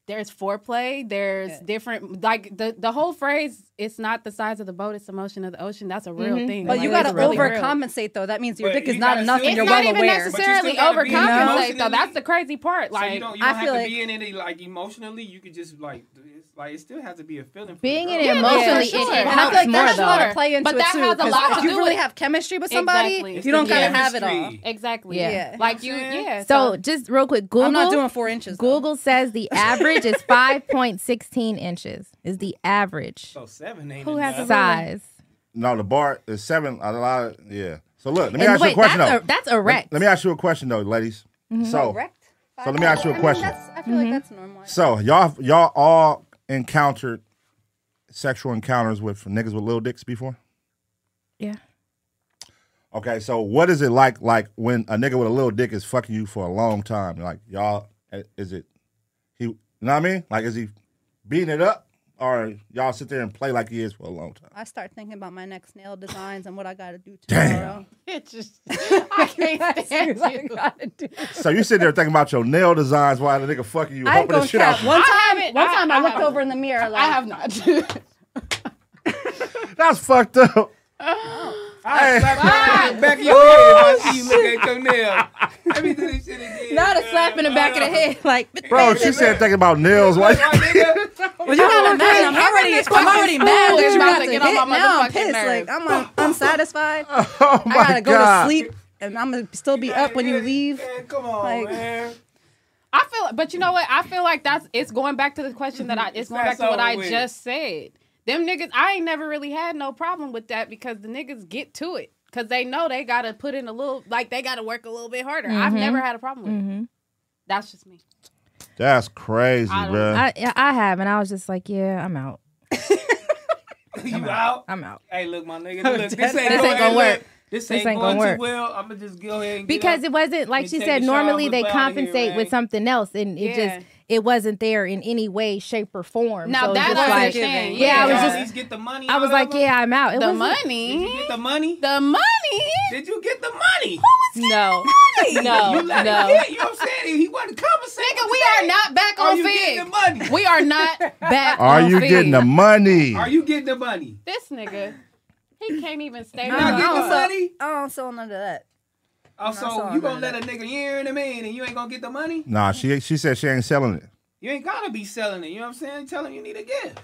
There's foreplay. There's different like the the whole phrase. It's not the size of the boat. It's the motion of the ocean. That's a real thing. Mm-hmm. But Like, you it's gotta really real. overcompensate, though. That means your But dick you is not gotta enough, still- and It's you're not well even aware. necessar- necessarily gotta be overcompensate emotional. though. That's the crazy part. Like, Like so you don't, you I don't have feel to like- be in it like emotionally. You can just like, it's like it still has to be a feeling. For Being in the girl. it emotionally, for it, sure. it But I I feel helps like more that's a lot though. of play into But it that too. has a 'cause lot if to you do really with- have chemistry with somebody, Exactly. It's you don't the gotta have it all. chemistry. Exactly. Yeah. Yeah. Like you, Yeah. yeah. So just real quick, Google. I'm not doing four inches. though. Google says the average is 5.16 inches. Is the average So seven ain't Who has enough. a- size? No, the bar is seven. A lot. Of, yeah. So look, let me And ask you a wait, question that's though. a Mm-hmm. that's erect. Let me ask you a question though, ladies. So, Correct? so let me ask you a I mean, question. that's- I feel like that's normal. so y'all y'all all encountered sexual encounters with niggas with little dicks before? yeah. Okay, so what is it like like when a nigga with a little dick is fucking you for a long time? Like y'all, is it eh, he You know what I mean? Like, is he beating it up, or y'all sit there and play like he is for a long time? I start thinking about my next nail designs and what I got to do Damn. tomorrow. It just, I can't stand What I you. gotta do. So you sit there thinking about your nail designs while the nigga fucking you, I ain't hoping the gonna shit out. cap. you. One I time, haven't- one I- time I, I looked haven't. over in the mirror like, I have not. That's fucked up. Hey, Slap the back of your head if I see you look at your nail. Let me do this shit again. not a slap in the back of the head. Like, bro, she said thinking about nails. Why? Right, nigga? Well, you gotta imagine. I'm already, I'm already mad school that is you about got to to get get on my Now I'm motherfucking pissed. Like nerves. I'm un- unsatisfied. I Oh my gotta go God. to sleep, and I'm gonna still be up when you leave. Man, come on, Like- man. I feel, but you know what? I feel like that's it's going back to the question that Mm-hmm. I it's going back That's to what over I with. just said. Them niggas, I ain't never really had no problem with that because the niggas get to it because they know they gotta put in a little, like they gotta work a little bit harder. Mm-hmm. I've never had a problem with. it. That's just me. That's crazy, I don't- bro. I yeah, I have, and I was just like, yeah, I'm out. You out? I'm out. Hey, look, my nigga. Look, this ain't, going, ain't gonna hey, work. look, This ain't, ain't gonna going work. too well. I'm gonna just go ahead and Because get it wasn't like You she take said. a shower, Normally we're they out of here, compensate with right? something else, and it Yeah. just it wasn't there in any way, shape, or form. Now So it's that just I like- understand. Yeah, I was Y'all just- at least get the money. I out was of like, them? yeah, I'm out. It Mm-hmm. the Did wasn't- you money, get the money? the money. Did you get the money? No, You no, let him no. get- You know what I'm saying? He wasn't compensating. Nigga, we are not back Are on you getting the fig. money? We are not back. Are on you fig. getting the money? Are you getting the money? This nigga, he can't even stay. Y'all I getting don't the know. money? I don't sell none of that. Also, saw you gonna that. let a nigga year in a man and you ain't gonna get the money? Nah, she she said she ain't selling it. You ain't gotta be selling it. You know what I'm saying? Tell him you need a gift.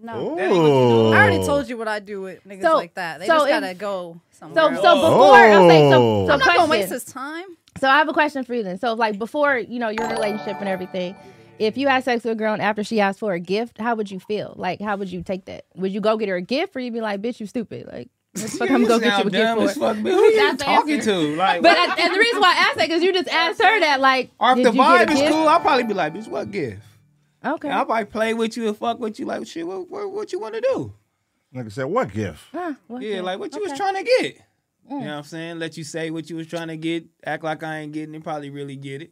no. ain't what you do. Ooh. I already told you what I do with niggas So- like that. They so just if- gotta go somewhere. So, so else. before Oh. I'm saying, so, so I'm I'm not gonna waste question. his time. So I have a question for you then. So like before, you know, your relationship and everything, if you had sex with a girl and after she asked for a gift, how would you feel? Like, how would you take that? Would you go get her a gift, or you'd be like, "Bitch, you stupid"? Like, what the fuck, I'm gonna go get you a dumb gift as for. fuck. man. Who you That's the talking answer. to? Like, But I, and the reason why I asked that because you just asked her that, like, or if did the you get vibe a is gift? cool, I'll probably be like, bitch, what gift? Okay. And I'll probably play with you and fuck with you. Like, shit, what, what, what you wanna do? Nigga said, what gift? Huh, what Yeah, gift? like what you was Okay. Mm. trying to get. You know what I'm saying? Let you say what you was trying to get, act like I ain't getting it, probably really get it.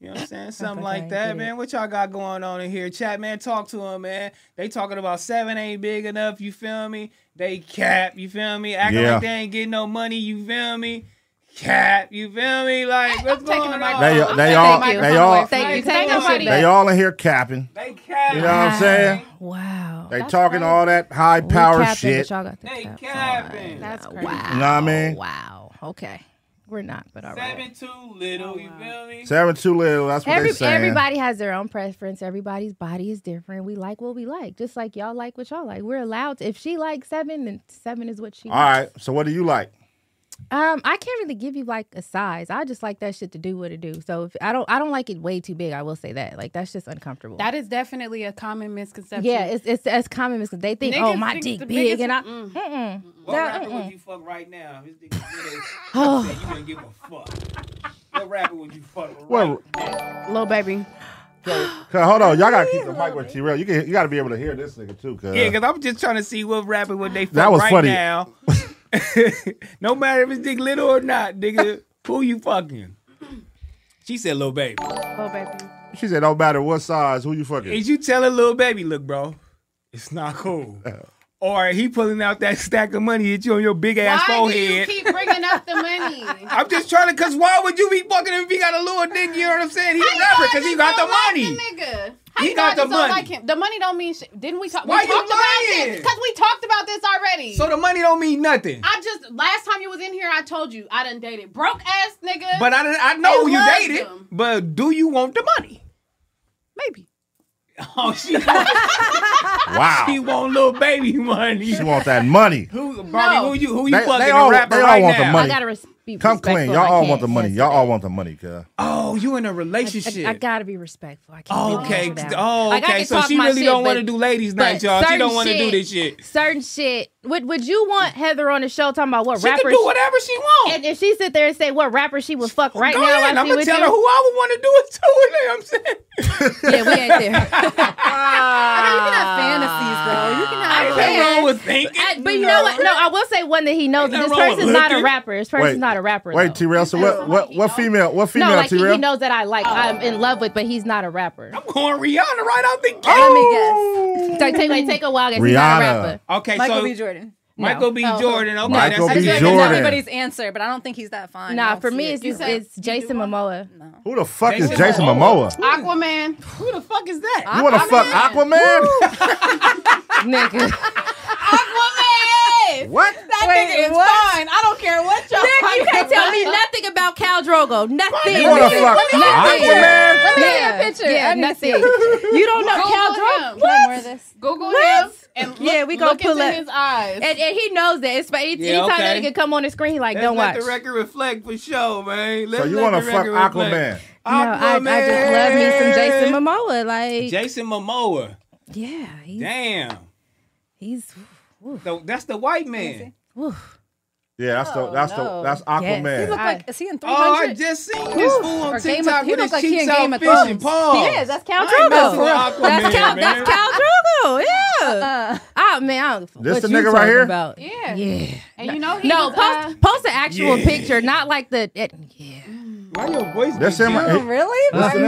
You know what I'm saying? Something like I like ain't that, get man. What y'all got going on in here? Chat, man, talk to him, man. They talking about seven ain't big enough, you feel me? They cap, you feel me? Acting Yeah. like they ain't getting no money, you feel me? Cap, you feel me? Like, what's taking going the on? They, They, they all they all Thank you. Take Like, take that shit nobody- they back. all in here capping. cap. You know what I'm saying? Wow. They talking all that high We power capping, shit. but y'all got the They cap. capping. That's Wow. crazy. You know what I mean? Oh, Wow. Okay. We're not, but all right. Seven too Oh, little, you feel me? Seven too little. That's what Every, they saying. everybody has their own preference. Everybody's body is different. We like what we like, just like y'all like what y'all like. We're allowed. To, if she likes seven, then seven is what she. All right. So what do you like? Um, I can't really give you like a size. I just like that shit to do what it do. So if I don't, I don't like it way too big. I will say that. Like that's just uncomfortable. That is definitely a common misconception. yeah, it's it's that's common because they think, oh Niggas my thinks dick the big, biggest- and I. Mm. Mm-mm. What rapper would you fuck right now? This nigga said, oh. you wouldn't give a fuck. What rapper would you fuck right Well, Little baby. cause hold on, y'all gotta keep the mic with T real. You can you gotta be able to hear this nigga too, cause Yeah, because I'm just trying to see what rapper would they fuck That was right funny. now. no matter if it's dick little or not, nigga, who you fucking? She said, "Little baby." Little baby. she said no matter what size, who you fucking. Is you telling little baby, look, bro, it's not cool. Or he pulling out that stack of money at you on your big ass Why do you forehead. keep bringing up the money? I'm just trying to, cause why would you be fucking him if he got a little dick? You know what I'm saying? He a rapper, cause he got the money. nigga. He got the money. Like him? The money don't mean shit. Didn't we talk? Why we you talked about lying? this because we talked about this already. So the money don't mean nothing. I just last time you was in here, I told you I done dated broke ass nigga. But I, didn't- I know They you loved dated. him. But do you want the money? maybe Oh, she want, Wow. she want little baby money. She want that money. Who, Barbie, No. who you who you They- fucking they a all- rapper they all right want the now? I money. gotta res- be Come respectful. clean. I Y'all all can't want the money. answer Y'all that. all want the money, cuz. Oh, you in a I, relationship. I gotta be respectful. I can't really okay. talk about it. Oh, Like, I okay. can So talk she my really shit, don't want but- to do ladies but night, y'all. She certain don't want to do this shit. Certain shit. Would Would you want Heather on the show talking about what She rapper? can do whatever she wants. and if she sit there and say what rapper she would fuck right Go now, ahead. while I'm she gonna with tell you? her who I would want to do it to. You know what I'm saying? Yeah, we ain't there. can have fantasies though. You can have. Ain't nothing like- wrong with thinking. I- but you know what? No, I will say one that he knows. Ain't that This nothing wrong with person's not a looking. rapper. This person's not a rapper. Wait, though. T-Rail. So what? What? What female? What no, female? like he, T-Rail. he knows that I like. I'm in love with, but he's not a rapper. I'm going Rihanna right out the gate. Let me guess. Like, take, like, take a while. He's not a Rihanna. rapper. Okay, Michael so B. Jordan. Michael B. Oh. Jordan. Okay, Michael I that's B. just feel Jordan. like that's everybody's answer, but I don't think he's that fine. I Nah, don't for see me, it. it's, it's Jason Momoa. Who the fuck is Jason Jason Momoa? Aquaman. Who the fuck is that? You want to fuck Aquaman? Nigga. Aquaman. What? That nigga is fine. I don't care what y'all. Nick, you can't tell me nothing about Cal Drogo. Nothing. You want to fuck Aquaman? Let me see Yeah. a picture. Yeah, I need to see nothing. it. You don't know Google Cal him. Drogo. What? More of this. Google him and look, Yeah, we gonna look pull into up. his eyes. And, and he knows that. It's, any, Yeah, anytime okay. that nigga come on the screen, he like, Let's don't let watch. the record reflect for sure, man. Let's So you want to fuck Aquaman? No, I, I just love me some Jason Momoa. Like, Jason Momoa. yeah, he's, Damn. he's So that's the white man. whew. Yeah, that's the that's the no. that's He Aquaman. look I- like is he in Oh, I 300? just seen this fool Or on Game of- TikTok he with look his like he in cheeks Game out of Thrones. fishing. Pause. He is. That's Cal I ain't messing with Drogo. Aquaman, That's Cal. man. That's Cal Drogo. Yeah. Uh, Ah man, I don't, This what the you nigga right talking here? About. Yeah. Yeah. And you know he No, was, post uh, post an actual Yeah. picture, not like the. It, yeah. Why your voice? That's be him. down? Right, oh, really? That's the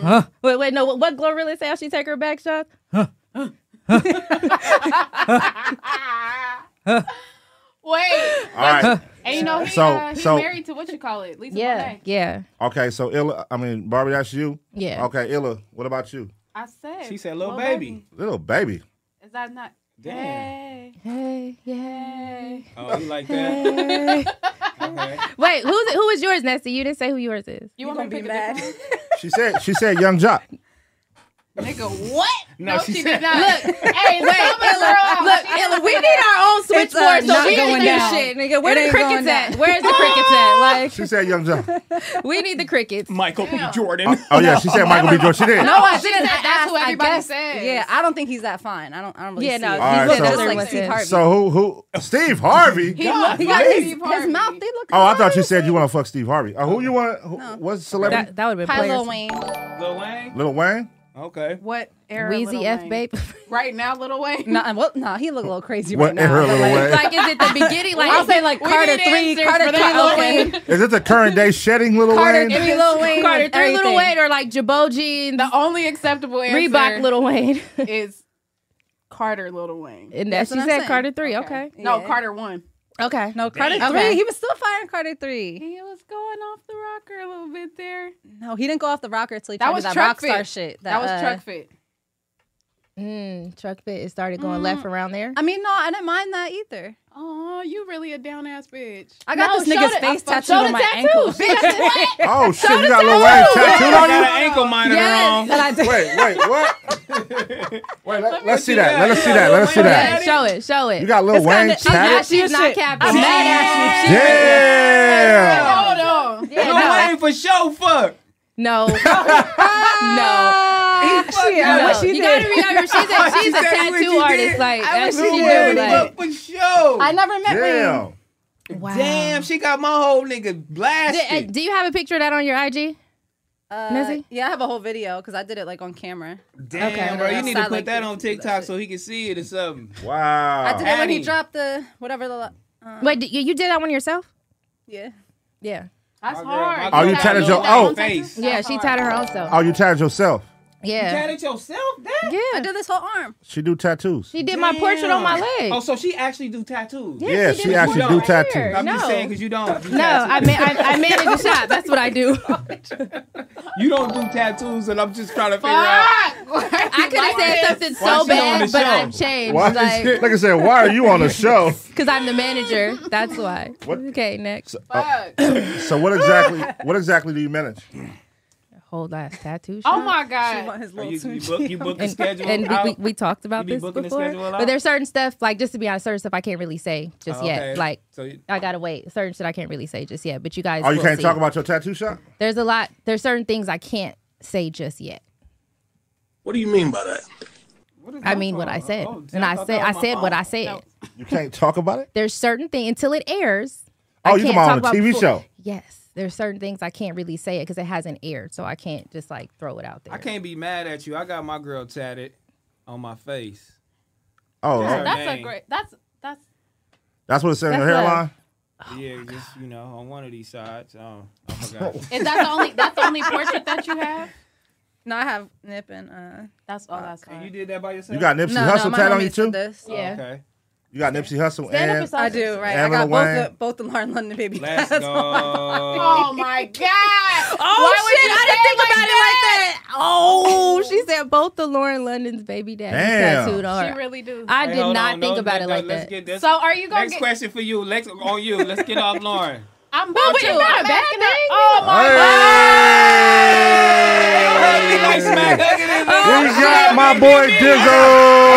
nigga. Wait, wait, no. What, what Glorilla say? How she take her back shot? wait. All right. And you know he, So- uh, he's so- married to what you call it, Lisa Yeah, Bonet. yeah, Okay, so Illa, I mean Barbie, that's you. yeah. Okay, Illa, what about you? I said. She said, "Little baby." Little baby. Is that not? Damn. Hey, yeah. Oh, you like that? Hey. Okay. Wait, who's who is yours, Nessie? You didn't say who yours is. You want me to be pick mad. a different She said she said young jock. one? Nigga, what? No, she did said- not. Look, hey, wait, Look, Ella, we need our own switchboard, uh, so not we going didn't do down. shit, nigga. Where It the ain't crickets going at? down. Where's the crickets at? She said young jock. Like, we need the crickets. Michael B. Jordan. Oh yeah, she said Michael B. Jordan. She did. No, I She didn't. said that's who I everybody guess. says. Yeah, I don't think he's that fine. I don't. I don't really. Yeah, see no, All It. right, looks so- just like Everyone Steve says. Harvey. So who who Steve Harvey? He looked he like got his, Steve his Harvey. mouth. They look. Oh, I thought you said you want to fuck Steve Harvey. Oh, who you want? Who, What celebrity? That, that would have been Hi, players. Lil Wayne. uh, Lil Wayne. Little Wayne. Okay. What era? Lil Wheezy F, Wayne? babe. Right now, Little Wayne. Nah, well, nah, he look a little crazy What right now. era, but Lil like- Wayne? like, is it the beginning? Like, I'll say like We Carter need three, answers Carter for three, that, Lil okay. Wayne, Is it the current day shedding Little Carter Wayne? three, Lil Wayne, Carter was three, Little everything. Wayne, or like Jabot jeans, The only acceptable answer Reebok, Little Wayne, is Carter Little Wayne. and that That's she what I'm said saying. Carter three. Okay, No, Yeah. Carter one. okay. No, Carter Damn. three. Okay. He was still firing Carter three. He was going off the rocker a little bit there. No, he didn't go off the rocker till he That tried to was that truck rock star fit. shit. That was uh, truck fit. Mm, truck fit. It started going Mm. left around there. I mean, no, I didn't mind that either. Oh, you really a down ass bitch. Oh, I got No, this show nigga's the- face I- tattooed show the on my tattoo, ankle. Oh shit, you got Lil Wayne tattooed I on got you. an ankle monitor yes, and on. I did. Wait, wait, what? Wait, let, us see see that. that. Let us see that. Let us see Yeah. that. Yeah, show it. Show it. You got Lil It's Wayne kinda- I'm Now not- tatted. she's Your not shit. capping. I'm mad Damn. at Hold on. Lil Wayne for sure. Fuck. No. no. Shit, I No. wish he you did. gotta remember she's a She she's a said what she tattoo did. artist. Like I that's wish what she she did. do. Like fuck for sure. I never met Wayne. Damn. wow. Damn, she got my whole nigga Do, uh, blasted. do you have a picture of that on your IG? Uh, Mizzy? Yeah, I have a whole video because I did it like on camera. Damn, okay. bro, you need to Outside put like that this. on TikTok so he can see it or something. Wow. I did it when he Annie. dropped the whatever the. Uh, Wait, d- you, you did that one yourself? yeah. Yeah. That's My girl, my hard. Oh, you girl tatted got your- a little oh. face. Yeah, she tatted her own self. oh, you tatted yourself. yeah. Tatted yourself? That? I Yeah. did this whole arm. She do tattoos. She did my portrait on my leg. Oh, so she actually do tattoos? Yeah, Yeah, she she did actually it. do Right tattoos. here. I'm just No. saying because you don't. Do no, I tattoos. mean I, I manage the shop. That's what I do. you don't do tattoos, and I'm just trying to figure out. Fuck. I could have said something Why so she on the bad, but show? I've changed. Why like, is- like I said, why are you on the show? Because I'm the manager. That's why. What? Okay, next. Fuck. So what exactly? What exactly do you manage? Whole last tattoo. Oh shop. my She want god. his Oh, little you, you tooth. book, you book the And, schedule. and we, we, out? we talked about You be this booking the before. schedule but out? there's certain stuff, like just to be honest, certain stuff I can't really say just Oh, okay. yet. Like So you- I gotta wait. Certain shit I can't really say just yet. But you guys, Oh, you will can't see. talk about your tattoo shop. There's a lot. There's certain things I can't say just yet. What do you mean by that? What is I that mean what for? I said, Oh, damn, and I thought said that I was my said what phone. I said. You can't talk about it. There's certain thing until it airs. Oh, I you can't come on talk a TV about before- show. Yes, there's certain things I can't really say it because it hasn't aired, so I can't just like throw it out there. I can't be mad at you. I got my girl tatted. on my face. Oh, Yeah. oh, That's a Dang. great. That's that's that's what it said in the That's love. hairline. Oh yeah, just you know, on one of these sides. Um, I forgot. is that the only that's the only portrait that you have. No, I have nip and uh. That's all that's. And fine. you did that by yourself. You got Nipsey No, Hussle no, my tat on you homie said too. this. Oh, Yeah. Okay. You got Nipsey Hussle Stand up and and I start- do, right? Avril I got Lavigne. both the, both the Lauren London baby Let's cats. go. on my- Oh my god! Oh shit! I didn't think about it like that. Oh, she said both the Lauren London's baby daddy Damn. tattooed on. She her. really do. I Hey, did hold not on. think No, no, about it no, like let's that. Get this. so are you gonna next get? question for you. Lex, on you. Let's get off Lauren. I'm about it's not a bad thing, Oh my He like smack hugging his We Uh, ass. got my boy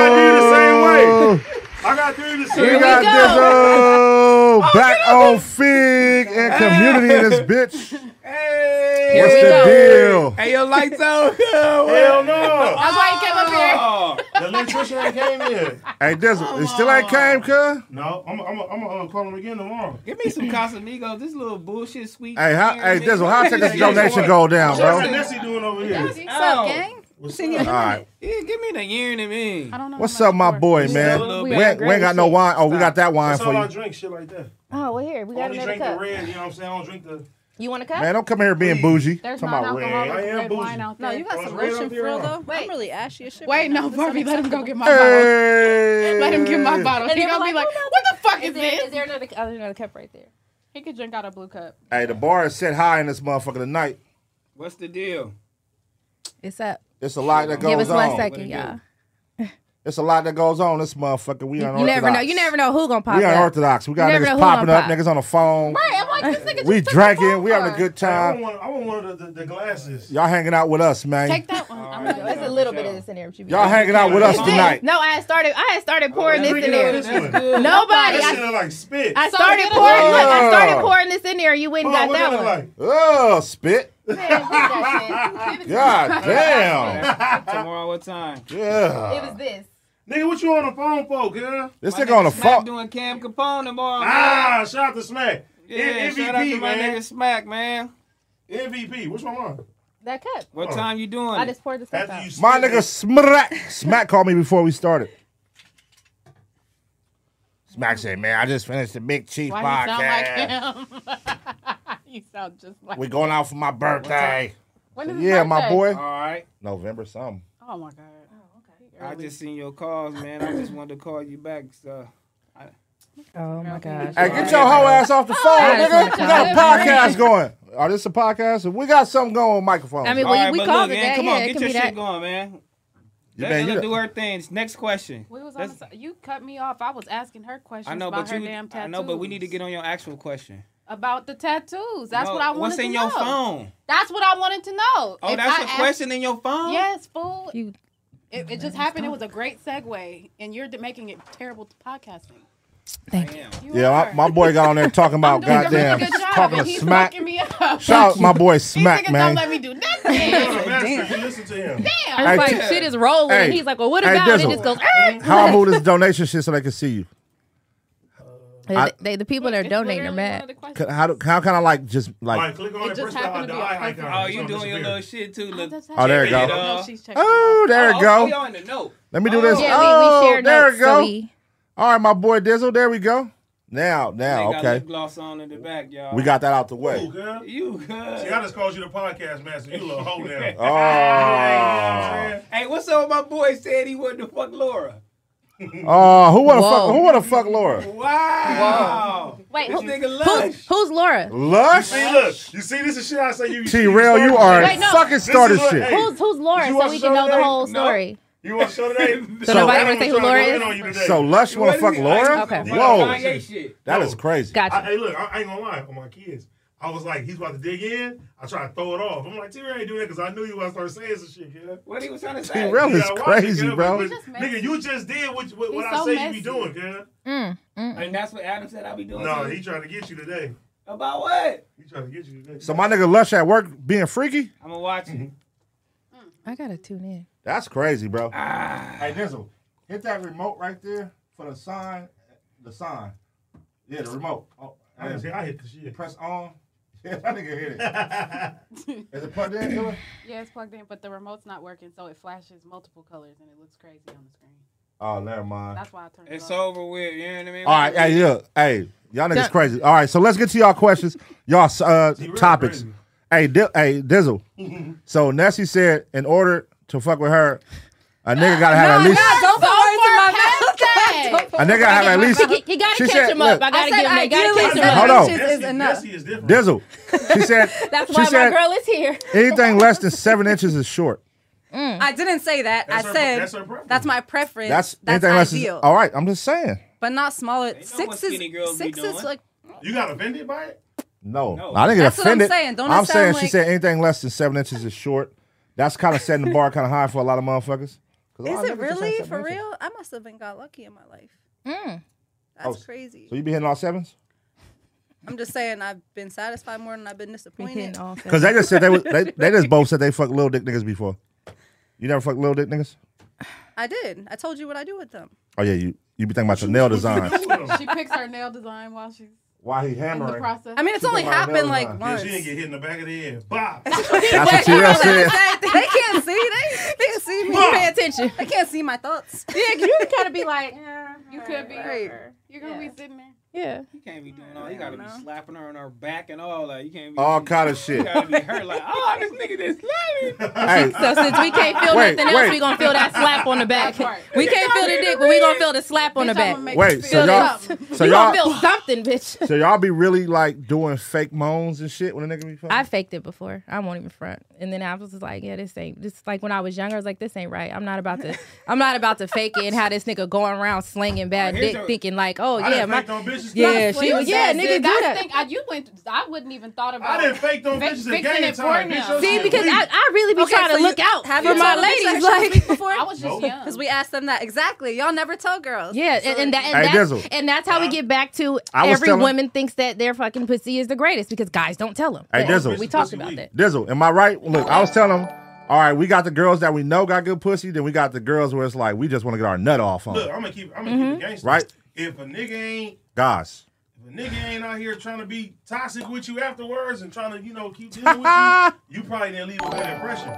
Dizzo. I got through the We got Dizzo back on Fig and Community in this bitch. Hey. What's the deal? Hey, your lights on. Hell Hell no. That's why he came up here. The electrician ain't came here. Hey, Dizzo, it still ain't came, cuz. No, I'm I'm I'm gonna uh, call him again tomorrow. Give me some Casamigos. This little bullshit sweet. Hey, how, hey, this Dizzle, how take this donation go down, bro? What's All Nessie doing over here? What's up, Ow. gang? What's up? right. Yeah, give me the year and the mean. I don't know. What's up, my boy, man? little We, bit. ain't- we ain't got no wine. Oh, we got that wine That's for all I you. drink, shit like that. Oh, well, here we I got only another drink the cup. red, you know what I'm saying? I don't drink the. You want a cup? Man, don't come here being bougie. There's Talking about non-alcoholic red. I am red wine bougie. out No, there. you got some Right rich up and there. frill though. Wait. I'm really ashy as shit. Wait, right now. no, This Barbie, let him go get my bottle. Hey. Let him get my bottle. And He they were gonna be like, like, "Oh, no, what the fuck Is is there, is this? there another, oh, there's another cup right there? He could drink out a blue cup. Hey, the bar is set high in this motherfucker tonight. What's the deal? It's up. It's a lot that goes Give us one on. second, Let it y'all. It's a lot that goes on. This motherfucker, we You unorthodox. never know. You never know who gonna pop We up. unorthodox. We got You never niggas know who gonna popping up, pop. niggas on the phone. I'm like, this nigga We drinking. We having a good I time. want, I want one of the, the, the glasses. Y'all hanging out with us, man. Take that one. I'm like, There's a little bit of this in there. but you be Y'all good. hanging out with us tonight. No, I had started. I had started Oh, pouring this Drink in it out there. of this one. Nobody. That I, shit look like spit. I So started get it pouring. out. Look, I started Oh. pouring this in there. You went and Hold on, got what that look one. like? Oh, spit. Man, get that shit. God damn. Tomorrow, what time? It Yeah. was this. Nigga, what you on the phone for, girl? This nigga on the Smack phone. doing Cam Capone tomorrow. man. Ah, shout out to Smack. yeah, MVP, shout out to my man. nigga Smack, man. MVP. What's my one? That cup. Oh. What time you doing? I it? just poured the stuff After out. you My spit nigga it. Smack. Smack called me before we started. Smack said, man, I just finished the Big Chief Why podcast. you sound like him? you sound just like. we going out for my birthday. When is his Yeah, my birthday? boy. All right. November something. Oh my god. I just seen your calls, man. I just wanted to call you back. So. Oh my gosh. Hey, get your whole ass off the phone, that's nigga. not We got a good. podcast going. Are this a podcast? We got something going with microphones. I mean, All Well, right, we but called look, it man, that. come Yeah, on, it get could your be shit that. going, man. You Let man, Ella you- do her things. Next question. We was on Let's- the, si- you cut me off. I was asking her questions I know, about but her you. damn tattoos. I know, but we need to get on your actual question. about the tattoos. That's No, what I wanted What's to in know. your phone? That's what I wanted to know. Oh, If that's I a asked- question in your phone. Yes, fool. Oh. You- it, it just happened. It was a great segue, and you're d- making it terrible to podcasting. Damn. You yeah, are. my, my boy got on there talking about Doing a really goddamn good job, talking and to he's smack. fucking me up. Shout out my boy These Smack, niggas man. don't let me do nothing. Master, you listen to him. I was Hey, like, shit is rolling. Hey, he's like, well, what hey, about it? Dizzle. It just goes. "Ah." How I move this donation shit so they can see you? I- they, the people that are It's donating are literally mad. one of the questions. Can- How do, how can I like just All right, like? click on It it. just Press the, happened to the be our eye icon. first- Oh, It's you gonna doing your disappear. little shit too. Look. That's Oh, there how you she- go. I know she's checking. Oh, there it Oh, we go. on the note. Let me do this. Yeah, we- Oh, share there notes, it so go. we- All right, my boy Dizzle. There we go. Now, now, They got okay. lip gloss on in the back, y'all. We got that out the Ooh, way. girl. you See, good. I just called you the podcast master. You little hoe now. Oh, oh, Hey, what's up? with My boy said he wanted to fuck Laura. Oh, who wanna fuck? Whoa. Who wanna fuck Laura? Wow. Wait, This who, nigga who's, lush. who's Laura? Lush. See, look, you see, this is shit I say. You, T Rail, you are Wait, no. fucking starter This is what- shit. hey. Who's who's Laura? Did you So watch we the can show know the today? whole No. story. You want to show today? So nobody wanna say Adam who was trying to Laura go is? in on you today. So Lush wanna What fuck is it? I- Laura? Okay. Whoa, Kanye shit. that is No. crazy. I, Gotcha. hey, look, I, I ain't gonna lie for my kids. I was like, he's about to dig in. I try to throw it off. I'm like, T-Rail ain't doing that because I knew you was gonna start saying some shit, kid. What he was trying to say? T-Rail You is gotta watch crazy, it, girl, bro. but- He's just messy. Nigga, you just did what, what, He's what I so say you messy. be doing, girl. Mm, mm. And that's what Adam said I be doing. No, too. he trying to get you today. About what? He trying to get you today. So my nigga Lush at work being freaky? I'm gonna watch it. Mm-hmm. I gotta tune in. That's crazy, bro. Hey Dizzle, hit that remote right there for the sign. The sign. Yeah, the remote. Oh, I, didn't see- I hit the shit. press on. Yeah, that nigga hit it. Is it plugged in? Dylan? Yeah, it's plugged in, but the remote's not working, so it flashes multiple colors and it looks crazy on the screen. Oh, never mind. That's why I turned it It's off. over with. You know what I mean? All right, hey, look, hey, y'all niggas crazy. All right, so let's get to y'all questions, y'all uh, topics. crazy. Hey, Di- hey, Dizzle. so Nessie said, in order to fuck with her, a nigga gotta have at least Don't put words in my mouth. a nigga gotta have at least. You gotta She catch said, him up. look, I gotta said give him. I gotta ideally catch him up. some Hold on. bitches is enough. is different. Dizzle. She said. That's she why said, my girl is here. Anything less than seven inches is short. I didn't say that. That's I her- said that's her preference. that's my preference. That's Oh. That's that's anything less. ideal, Is, all right, I'm just saying. but not smaller. what Six skinny is girls be six is doing. like You got offended by it? No, No. I didn't get That's what I'm offended. saying. Don't it I'm saying sound she like- said anything less than seven inches is short. That's kind of setting the bar kind of high for a lot of motherfuckers. 'Cause a lot of Is it niggas just ain't really seven for inches. real? I must have been got lucky in my life. Oh, Mm. That's so crazy. So you be hitting all sevens? I'm just saying I've been satisfied more than I've been disappointed. Because they just said they was they, they just both said they fucked little dick niggas before. You never fucked little dick niggas? I did. I told you what I do with them. Oh yeah, you you be thinking about your nail design. She picks her nail design while she's Why he in the hammering? process. I mean, it's only about her happened nail like design. Yeah, once. she didn't get hit in the back of the head. Bop. That's what she done said. they can't see. They, they can't see me. Pay attention. They can't see my thoughts. Yeah, you kind of be like, eh, you could be. Right. You're gonna be sitting there. yeah. You can't be doing all. You gotta be slapping her on her back and all that. You can't be. All kind of shit. You gotta be hurt like, oh, this nigga just slapping. Hey, So since we can't feel Wait, nothing else, wait. we gonna feel that slap on the back. That part. We can't feel the dick, but we gonna feel the slap on the Bitch, I'ma back. make you wait. So feel y'all, something. so you gonna y'all, feel something, bitch. so y'all be really like doing fake moans and shit when a nigga be fucking. I faked it before. I won't even front. And then I was just like, yeah, this ain't. This like when I was younger, I was like, this ain't right. I'm not about to. I'm not about to fake it and have this nigga going around slinging bad here's dick, your- thinking like, oh yeah, I didn't my fake them bitches. yeah, That's she what was you yeah, said, nigga, do dude. That's that. the thing. I, you went. I wouldn't even thought about. I didn't fake them Fix- bitches in fixing game it for time. now. Bitch, I was See, like, because wait. I, I really be Okay, trying so to you- look out have for you my told them this ladies. actually Like, before? I was just Nope. young. Because we asked them that exactly. Y'all never tell girls. Yeah, So and, and that, and, Hey, that's, Dizzle. and that's how we get back to I was every telling- woman thinks that their fucking pussy is the greatest because guys don't tell them. Hey, But Dizzle. We talked Pussy about weak. that. Dizzle, am I right? Look, I was telling him, all right, we got the girls that we know got good pussy, then we got the girls where it's like we just want to get our nut off on. Look, I'm gonna keep. I'm gonna Mm-hmm. keep it gangster. Right. If a nigga ain't, Guys, if a nigga ain't out here trying to be toxic with you afterwards and trying to, you know, keep dealing with you, you probably didn't leave a good impression.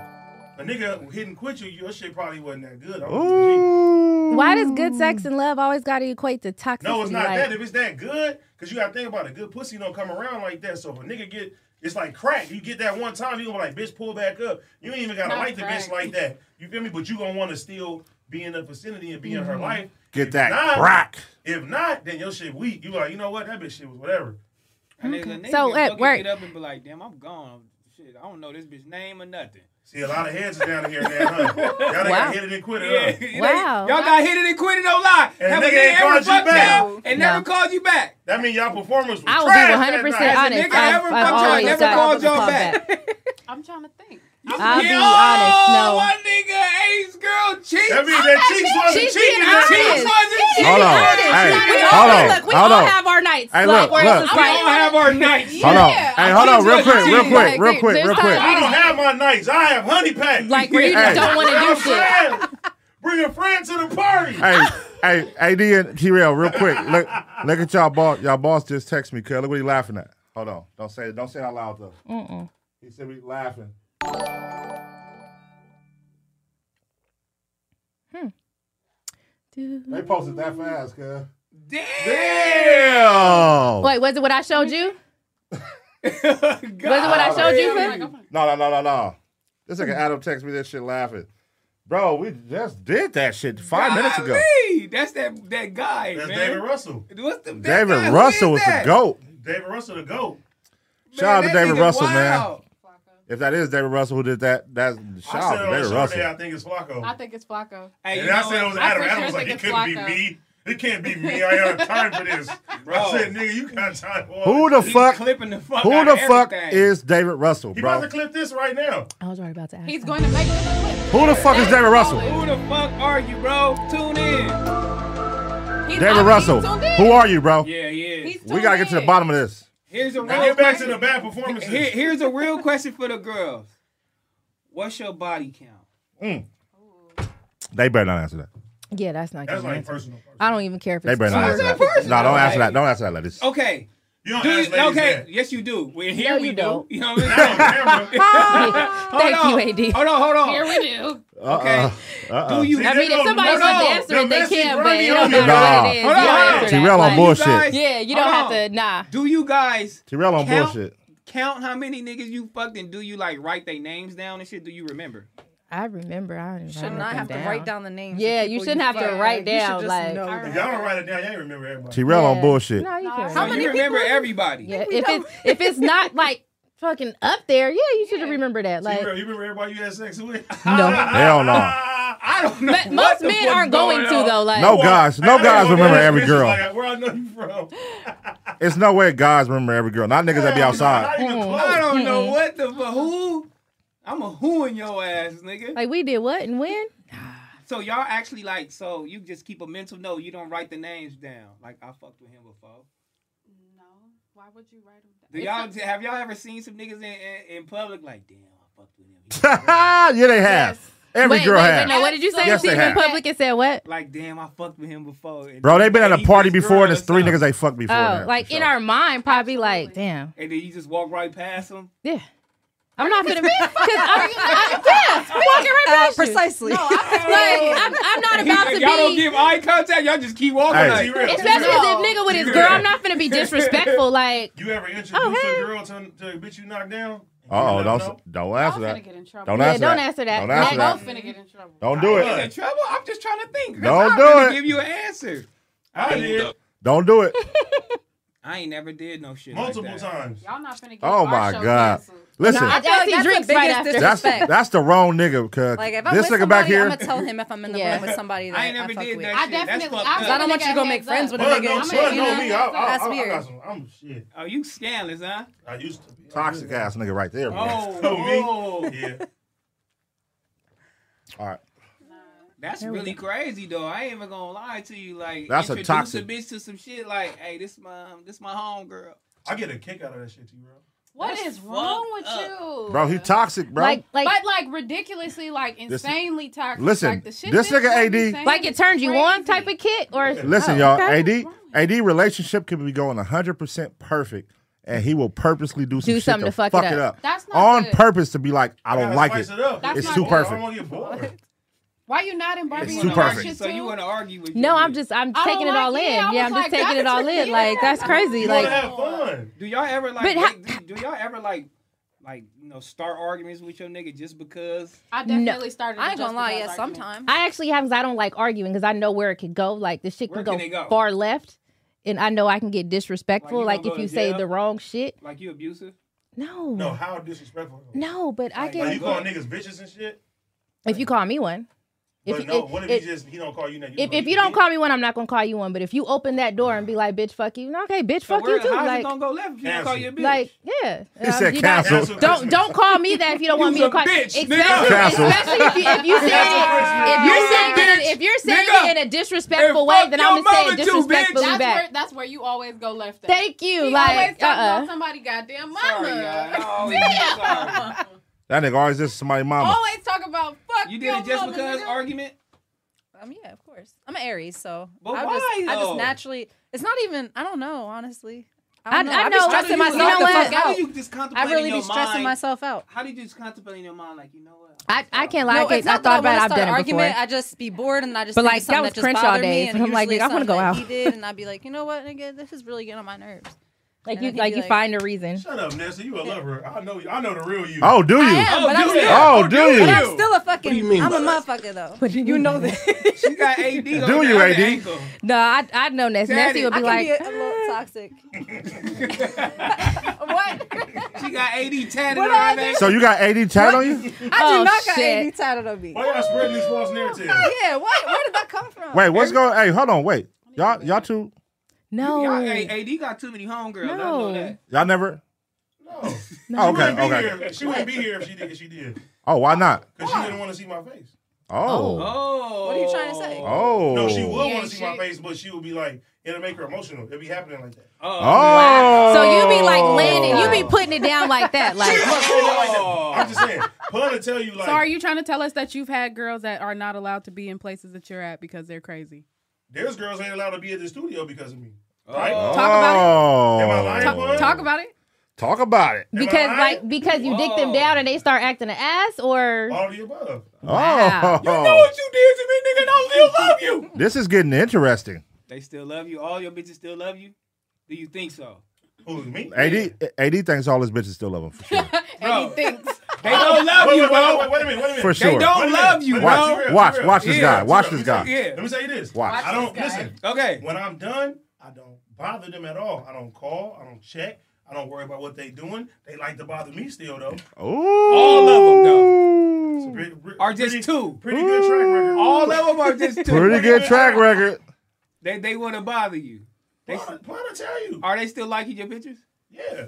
A nigga who didn't quit you, your shit probably wasn't that good. I'm gonna be G. Why does good sex and love always got to equate to toxicity? No, it's not like, that. If it's that good, because you gotta think about it. Good pussy don't come around like that. So if a nigga get, it's like crack. You get that one time, you gonna be like, bitch, pull back up. You ain't even gotta Not like the bitch crack. like that. You feel me? But you gonna want to still be in the vicinity and be in Mm-hmm. her life. get If that not- crack. If not, then your shit weak. You like, you know what? That bitch shit was whatever. And there's a nigga So, that at fucking work- Get up and be like, damn, I'm gone. Shit, I don't know this bitch name or nothing. See, a lot of heads is down here now, huh? Y'all wow. Wow. hit it and quit Yeah. it, huh? you know, Wow. Y'all got hit it and quit it, no lie. And Have a nigga ain't nigga called ever you fucked back. y'all and never called you back. That mean y'all performance was I will be trash that 100 night. percent Has a honest. nigga I've, ever I've fucked y'all, always never got- called y'all called back? I'm trying to think. I'll be Yeah, honest. oh, No, My nigga Ace girl cheeks. That mean that cheeks wasn't She's cheating. being that cheeks honest. wasn't cheating. Hold on. Hey, hold we all, on. look, we hold all on. have our nights. Hey, like, look, where look. it's just We all like, have our nights. Hold on. Hey, hold on, real quick, cheeks wasn't real cheating. quick, real Like, quick, there's real quick. times I don't have my nights. I have honey packs. like where you Hey. just don't want to do shit. friend. Bring a friend to the party. hey, hey, AD and T-Rail, real quick. Look, look at y'all boss. Y'all boss just text me, cuz. Look what he laughing at. Hold on. Don't say it. Don't say it out loud though. He said we laughing. They posted that fast, cuz. Damn. Wait, was it what I showed you? Was it what I showed you? Finn? No, no, no, no, no. This nigga Adam text me this shit laughing. Bro, we just did that shit five minutes ago. Golly, That's that that guy, That's David man. Russell. What's the, that David guy, who Russell is was the that? GOAT. David Russell the GOAT. Shout out to Man, that David nigga Russell, man. wild. If that is David Russell who did that, that's shout I out said "Oh, to it on the David show today, Russell. I think it's Flacco. I think it's Flacco. Hey, and you I know said it what? was I'm Adam. pretty Adam was sure like, it it's couldn't like be a me. It can't be me. I ain't have time for this. I Bro. said, nigga, you got time for Who it. the fuck? clipping the fuck Who out the of fuck everything. is David Russell, He bro? about to clip this right now. I was right about to ask. He's that. going to make it. Who the fuck is David Russell? Who the fuck are you, bro? Tune in. He's- I- David he's Russell, tuned in. who are you, bro? Yeah, he is. He's We gotta get to the tuned in. bottom of this. Here's a Now real get back to question. the bad performances. Here- here's a real question for the girls. What's your body count? Mm. They better not answer that. Yeah, that's not That's good. like answer. personal. Uh, I don't even care if They it's better not true. answer that. Personal. No, don't answer that. Don't answer that, ladies. Okay, You don't Do ask you, ladies okay, that. yes, you do. We're here. No, we you do. don't. You know what I mean? Not on camera. Hold Thank on. you, AD. Hold on, hold on. Here we do. Uh-uh. Uh, okay. Do you? I mean, if somebody's no, not no. answering, The they message can't, but running it don't on you. matter what it is. Nah. you don't Hold on, hold on. answer that. Terrell on Like, bullshit. Yeah, you don't Hold have on. to. Nah. Do you guys Terrell on Count- bullshit. count how many niggas you fucked and do you like write their names down and shit? Do you remember? I remember. I don't even Should not have to write down the names. of Yeah, people you shouldn't have to fuck. write You should down, just like- know If that. y'all don't write it down, y'all ain't remember everybody. Terrell on bullshit. No, you can't. How So many you remember people- everybody. Yeah, if it's if it's not like fucking up there, yeah, you should have remembered that. You Like, remember, you remember everybody you had sex with? no, Hell no. I don't know. But what most the men fuck's aren't going to on. though. Like No guys. No I guys don't know remember that every bitch is girl. Like, where I know you from. It's no way guys remember every girl. Not niggas that be Not outside. even close. Oh, I don't know what the fuck. Who? I'm a who in your ass, nigga. like we did what and when? so y'all actually like so you just keep a mental note. You don't write the names down. Like I fucked with him before. No, why would you write them Do y'all have y'all ever seen some niggas in, in, in public like damn I fucked with him. He- yeah, they have. Every wait, girl wait, have. Wait, no, what did you say? Yes, they Steve have. in public and said what? like damn I fucked with him before. And Bro, they been at and a he party this before. girl and There's or three something. niggas they fuck before. Oh, that, like for in sure. our mind, probably like, damn, And then you just walk right past him. yeah. I'm not gonna because I'm, I'm yeah, walking right Uh, past you. precisely. Like, I'm, I'm not He- about to y'all be. don't give eye contact. Y'all just keep walking. Hey. like, Be real. Especially as a nigga with his girl, I'm not gonna be disrespectful. Like, You ever introduce Oh, hey. a girl to, to a bitch you knocked down? Uh-oh, You never don't, know. don't answer I'm that. finna get in trouble. Don't Yeah, answer don't that. answer that. Don't That- answer I'm that. finna get in trouble. Don't do I'm it. in trouble. I'm just trying to think. That's Don't how I'm do gonna it. Give you an answer. I did Don't do it. I ain't never did no shit. multiple like that. times. Y'all not finna get Oh my our show god. canceled. Listen, I feel like got that's these the drinks right biggest after. dis- that's Respect. that's the wrong nigga. Cause Like if I'm this with nigga somebody, back here. I'm gonna tell him if I'm in the Yeah. room with somebody that I I, ain't never fuck did with. that I shit. definitely- That's I fucked Cause I up. don't want you to go Nigga, make heads friends up. with a But nigga. no, and but shit, you no, know? me. I, I, That's I, I weird. got some, I'm shit. Oh, you scandalous, huh? I used to be. Toxic ass nigga right there, bro. Oh, Oh, me? whoa. Yeah. All right. that's really crazy though. I ain't even gonna lie to you. Like, That's a introduce toxic- bitch to some shit. Like, hey, this my this my homegirl. I get a kick out of that shit too, bro. What That's is wrong with fucked you? Bro, he toxic, bro. like, like, but like ridiculously, like insanely toxic. listen, like, the shit this that nigga you AD saying like it is turned you on crazy. type of kick or Listen, Oh, y'all. okay. AD AD relationship could be going 100 percent perfect, and he will purposely do some Do shit something to, fuck, it up, That's not on good. purpose to be like, I don't Gotta like spice it. it. up. That's It's not too good. I don't perfect. want to get bored. Why you not in It's Barbie? and too all that perfect. shit, So you too? want to argue with? No, your I'm bitch. just I'm I don't taking it like all it. in. I Yeah, I'm was just like, taking it that's all in. Like that's crazy. You Like want to have fun. Do y'all ever like? But how- do, do y'all ever like? Like you know, start arguments with your nigga just because. I definitely started. I to ain't gonna justify lie. Yeah, argument. sometimes. I actually have because I don't like arguing because I know where it could go. Like the shit Where can, can go, it go? far left, and I know I can get Like, disrespectful. you Like, gonna if go you to say jail? the wrong shit. Like you abusive? No, No, no, how disrespectful. but I Like, Like, can you call niggas bitches and shit. if you call me one. If But you, no, if, what if if- he just he don't call you that? if, if you don't call me one, I'm not gonna call you one. But if you open that door and be like, "Bitch, fuck you," no, okay, bitch, So fuck where- you too. How's it Like, gonna go left? if You don't Cancel. call your bitch. like, yeah. He said you not- cancel. Don't don't call me that if you don't want me You's to a call. bitch, especially, nigga. Cancel. especially if you if you say if You's you're a saying it, bitch, if you're saying nigga. it in a disrespectful And way, fuck then your I'm gonna say it mama too, bitch. disrespectfully That's back. where that's where you always go left. At. Thank you. He always like, talking about uh, somebody goddamn Sorry, mama. y'all. Oh, yeah, sorry. That nigga always just somebody mama. always talk about fuck. You your did it just mama, because nigga. argument. Um, yeah, of course. I'm an Aries, so But I why, just I though? just naturally. It's not even. I don't know, I- honestly. I don't I How know- know. I, be do stressing you- myself how the do you- fuck How out. do you just contemplate I in really your be stressing mind? myself out. How did you just contemplate in your mind, like, you know what? I, I can't lie. No, I, can't- it's I not that thought about wanna it. I've start done it before. argument. I just be bored and I just But, think like, of that something was just cringe all bothered me, day, and and I'm like, usually nigga, I wanna something go that out. He did, and I'd be like, you know what, nigga, this is really getting on my nerves. like And you, I like, could be you like- find a reason. Shut up, Nessa. You a lover. I know. you- I know the real you. Oh, do I you? am, but do I'm you? still, Oh, do but I'm you? still a fucking. do you mean I'm a by that? motherfucker though. But you know She got AD. Do Do you, AD? No, I I know Nessie. Daddy, Nessie would I be like, can "Ah." be a, a little toxic. what? She got AD tatted What on her I do? neck. So you got AD tat on you? I Oh, do not got shit. any tatted on me. Why y'all spreading these false narratives? Yeah, what? Where did that come from? Wait, what's going? Hey, hold on, wait. Y'all, y'all two, no, Y'all, hey, AD got too many homegirls. I know No. that. y'all never. No. Oh, She wouldn't okay, be okay. here. She wouldn't be here if she did. If she did, Oh, why not? because she didn't want to see my face. Oh, Oh. What are you trying to say? oh, No, she would Yeah, want to see my she- face, but she would be like, it'll make her emotional. It'd be happening like that. Oh. Oh, so you be like landing, you be putting it down like that, like. Oh. She must be like that. I'm just saying. Pun to tell you like So are you trying to tell us that you've had girls that are not allowed to be in places that you're at because they're crazy? there's girls ain't allowed to be at the studio because of me. Right? Talk about oh. Am I lying, it. boy? Talk about it. Talk about it. Because lying? like because you dick Oh. them down and they start acting an ass or All of the above. Oh, you did to me, nigga. Don't still love you. this is getting interesting. They still love you. All your bitches still love you. Do you think so? Who's me? AD, AD thinks all his bitches still love him for sure. And he thinks They don't love Wait, you, wait, wait, bro. wait, wait a minute, wait a minute. For They sure. Wait a don't minute, love you, wait a Watch, minute, bro. real, watch, real. watch this Yeah, guy. Watch this real. guy. Yeah. Let me say this. Watch. I don't this guy. listen. Okay. When I'm done, I don't bother them at all. I don't call. I don't check. I don't worry about what they doing. They like to bother me still though. All of them, though. Pretty- pretty- Are just pretty- two. Pretty good track record. All of them are just two. Pretty good track record. They they want to bother you. They, Why why did I tell you? are they still liking your pictures? Yeah.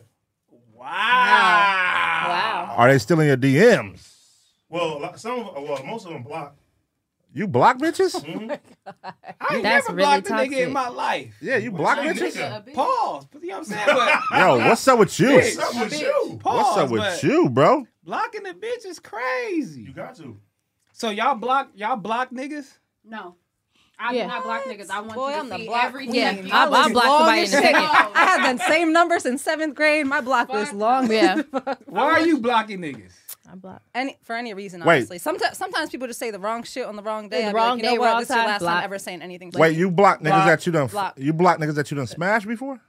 Wow. Are they still in your DMs? Well, like, some of well, most of them block. Mm-hmm. You block bitches? I ain't That's never really blocked a nigga toxic. in my life. Yeah, you block bitches? Nigga, Pause. You know what I'm saying? But Yo, what's up with you? Bitch. What's up with you? pause. What's up but with you, bro? Blocking the bitch is You crazy. got to. So y'all block y'all block niggas? no. I Yeah. do not block niggas. I want Boy, you to I'm the see block every queen. yeah, nigga. I'll, I'll block somebody in a second. I had that same number since seventh grade. My block was Fuck. long. Yeah. Why are you blocking niggas? I block. Any, for any reason, Wait. honestly. Sometimes, sometimes people just say the wrong shit on the wrong day. The I'd be wrong like, you day, know what? wrong This is the time, last block. time ever saying anything. Like Wait, you block niggas Block. that you done Block. you block niggas that you done smash before?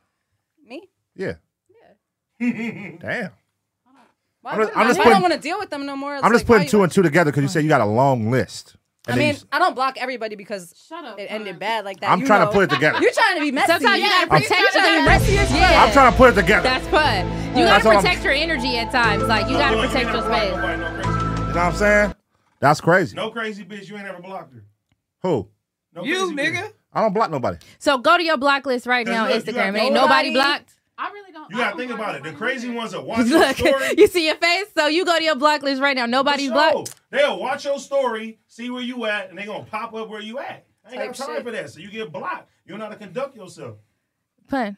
me? Yeah. Damn. Why I'm just- I'm would I? just I putting- don't want to deal with them no more. It's I'm just like, putting why two you- and two together because you said you got a long list. I And then mean, you s- I don't block everybody because Shut up. it Fonz. ended bad like that. I'm you trying know. to put it together. You're trying to be messy. Sometimes you gotta protect You're trying to be your messy as fuck. I'm trying to put it together. That's fun. You That's all gotta I'm- protect your energy at times. Like you gotta protect your space. You know what I'm saying? That's crazy. No crazy bitch. You ain't ever blocked her. Who? No You crazy bitch. nigga? I don't block nobody. So go to your block list right now on Look, you got Instagram. Ain't nobody nobody- blocked. I really don't. You I gotta don't think block about it. The nobody. crazy ones are watching your Look, story. you see your face. So you go to your block list right now. for Nobody's sure. blocked. They'll watch your story, see where you at, and they gonna pop up where you at. I ain't got Type time shit. for that. So you get blocked. You don't know how to conduct yourself. Mm-hmm. Pun.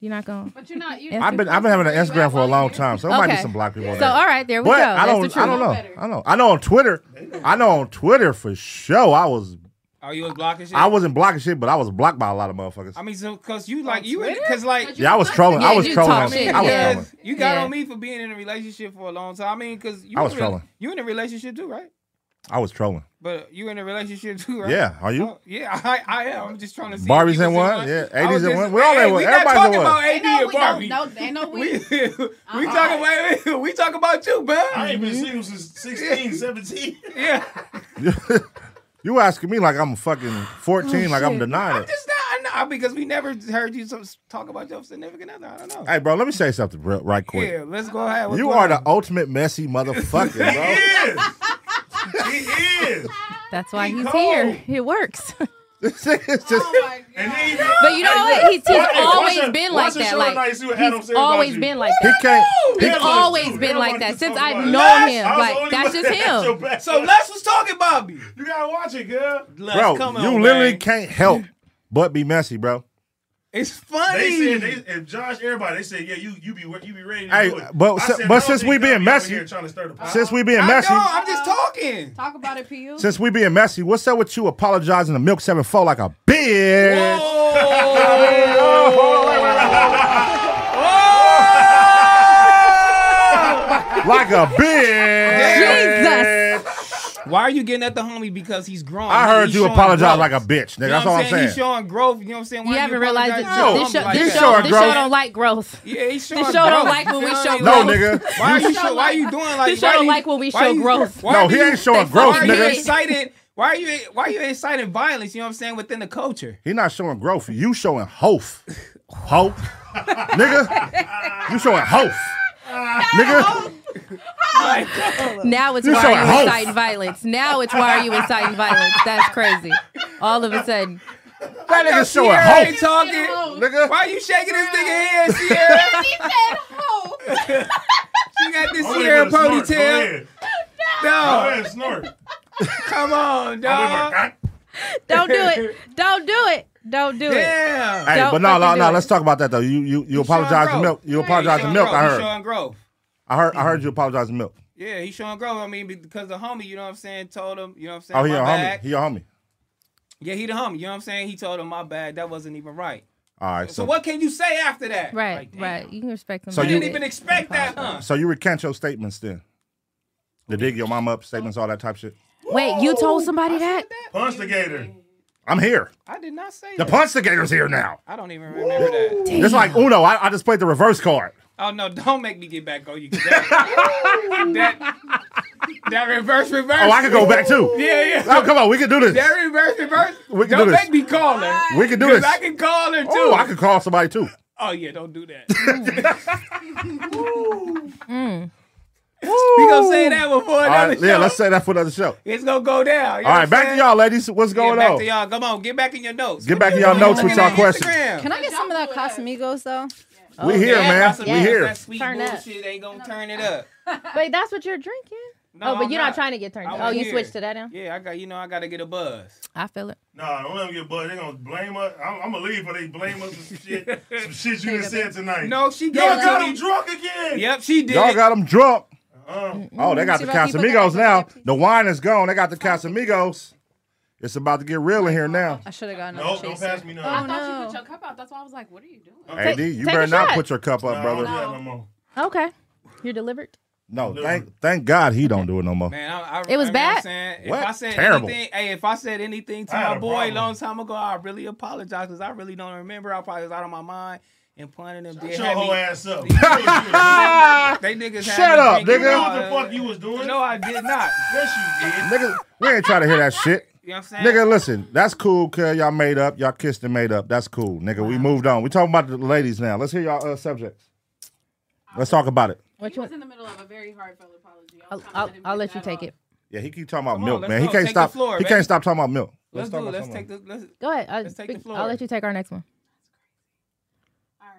You're not going. But you're not. You, I've I've been I've been having an Instagram for a long time, so there might be Okay. some black people on So there. all right, there we But go. I That's don't the truth. I don't know. better. I don't know. I know on Twitter. I know on Twitter for sure. I was Are Oh, you was blocking shit? I wasn't blocking shit, but I was blocked by a lot of motherfuckers. I mean, so cause you like you because like yeah, I was trolling. I Yeah, was you trolling. talk on- shit. I was Yeah. trolling. because you got Yeah. on me for being in a relationship for a long time. I mean, cause you I was in a rela- trolling. You in a relationship too, right? I was trolling. But you in a relationship too, right? Yeah, are you? Oh, yeah, I, I am. I'm just trying to see. if Barbie's you was in one, yeah, I 80s was in just- one. We all in Hey, one. We not Everybody's talking in one. about AD and Barbie. No, they know we. we we talking about we talk about you, I bro. ain't been single since 16, 17. Yeah, You asking me like I'm fucking 14, Oh, like I'm denying it. just not I know because we never heard you so- talk about your significant other. I don't know. Hey, bro, let me say something real, right quick. yeah, let's go ahead. What's You going are on? the ultimate messy motherfucker, bro. He is. Oh. He is. That's why he's cold. here. It works. This nigga's just Oh And then But you know what? He's, he's Watch- hey, watch always that- been watch like the that. show tonight, Like see what Adam he's say about always you. been like he that. can't. he- He's Everyone- always been everyone like that just since talking I've about it. known him. I was Like only that's one- just that's your him. bad So one. Les was talking Bobby. You gotta watch it, girl. Les, bro, come on, you literally man. Uh-huh. can't help but be messy, bro. It's funny. They said they, if Josh, everybody, they said, yeah, you you be re- you be ready to Hey, do it. but I si- said, but I don't since think we y'all being be over messy- here trying to stir the pot. Since we being I messy, know. I'm just talking. Talk about it, P.U. since we being messy, what's up with you apologizing to Milk Seven Four like a bitch? Like a bitch. Jesus. Why are you getting at the homie? Because he's grown. I heard He's you showing apologize like growth. a bitch, nigga. You know That's what all I'm saying. He's showing growth. You know what I'm saying? Why You you haven't realized apologize this, to No. the this, homie show, like this, that? showing show, this show growth. don't like growth. Yeah, he's showing This show don't growth. like when we You know show what I no, mean? nigga. Why are you show show, why are you like- doing like This why show don't you- like when we why show you- growth. why No, do he you- ain't showing they growth, Why are fucking you hate nigga. excited? Why are you why are you inciting violence? You know what I'm saying within the culture. He not showing growth. You showing hof. Hope. nigga. You showing hof. Nigga. Now it's You're why so are hope. you inciting violence. Now it's why are you inciting violence. That's crazy. All of a sudden. That nigga showing Sierra ain't hope. talking. Nigga. Why are you shaking this nigga head, Sierra? He said hope. You got this I would've Sierra been a snort. Go ponytail. ahead. Go No, ahead, snort. come on, dog. I Don't do it. Don't do it. Don't do it. Damn. Hey, Don't but no, no, fucking no. do it. Let's talk about that though. You you you apologize to growth. milk. You apologize to Showing milk. growth. I He's heard. showing growth. I heard. I heard you apologize to milk. Yeah, he's showing growth. I mean, because the homie, you know what I'm saying, told him, you know what I'm saying, Oh, he my your homie. bad. He your homie. yeah, he the homie, you know what I'm saying? He told him my bad, that wasn't even right. All right. So So what can you say after that? Right, Like, damn, right. You can respect them. So You you- didn't even expect that, huh? so you recant your statements then. The dig your mom up statements, all that type shit. Wait, you told somebody that? Punch the gator. I'm here. I did not say The that. Punstigator's here now. I don't even remember that. It's like Uno. I, I just played the reverse card. Oh no! Don't make me get back on you. 'cause That, that that reverse reverse. Oh, I could go back too. Yeah, yeah. Oh, come on, we can do this. That reverse reverse. We can don't do this. make me call her. We can do 'cause this. I can call her too. Oh, I could call somebody too. Oh yeah, don't do that. We gonna say that one for All another right, show. yeah, let's say that for another show. It's gonna go down. you know All what right, I'm back to saying? y'all, ladies. What's Yeah, going back on? to y'all. Come on, get back in your notes. Get What back you in y'all doing? notes with Looking y'all at questions. Instagram. Can I get some of that Casamigos though? We here, Yeah, man. Gossip We Girls, here. That sweet Turn up. bullshit ain't gonna turn it up. Wait, that's what you're drinking? No, oh, but I'm you're not, trying to get turned. I up. was Oh, you here. switched to that now? Yeah, I got you know I gotta get a buzz. I feel it. Nah, don't let them get buzzed. They gonna blame us. I'm, I'm gonna leave, but they blame us for some shit. Some shit you done said tonight. No, she Y'all gave got it him to me. drunk again. Yep, she did. Y'all got them drunk. Mm-hmm. Uh, Oh, they got the See, Rocky, put that Casamigos back now. up there, please. The wine is gone. They got the Casamigos. It's about to get real in here now. I should have gotten nope, another don't chaser. pass me I none. thought you put your cup out. That's why I was like, what are you doing? AD, you Oh, take better a not shot. put your cup up, Nah, I don't do brother. that no more. Okay. You're delivered. No, thank thank God he don't do it no more. Man, I, I, It was I mean, bad? I'm saying, if What? I said Terrible. anything, hey, if I said anything to I had my a boy problem. a long time ago, I really apologize because I really don't remember. I probably was out of my mind and planning them. Shut dead your happy- whole ass up. They niggas Shut had me up, thinking nigga. about, what the uh, fuck you was doing? No, I did not. Yes, you did. Nigga, we ain't trying to hear that shit. You know what I'm saying? Nigga, listen, that's cool, cuz y'all made up, y'all kissed and made up. That's cool, nigga. We moved on. We talking about the ladies now. Let's hear y'all uh, subjects. Let's talk about it. What He you was want? in the middle of a very heartfelt apology. I'm I'll, kinda I'll, him I'll get let you that take off. it. Yeah, he keep talking about Come on, milk, let's man. He go. can't Take the stop. floor, he baby. can't stop talking about milk. Let's do. talk it. about Let's something take the. Let's, Go ahead. I'll, Let's take the floor. I'll let you take our next one. All right.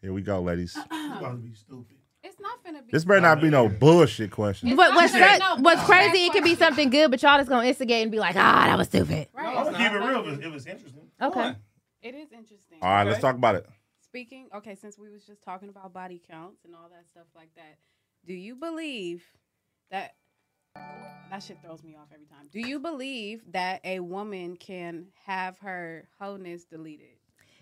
Here we go, ladies. You about to be stupid. It's not finna be. This better not be no bullshit question. What, what's, not cra- good. what's crazy, it could be something good, but y'all just going to instigate and be like, ah, that was stupid. Right. I'm gonna keep it real. If it was interesting. Okay. It is interesting. All right, let's talk about it. Speaking, okay, since we was just talking about body counts and all that stuff like that, do you believe that that shit throws me off every time? Do you believe that a woman can have her wholeness deleted?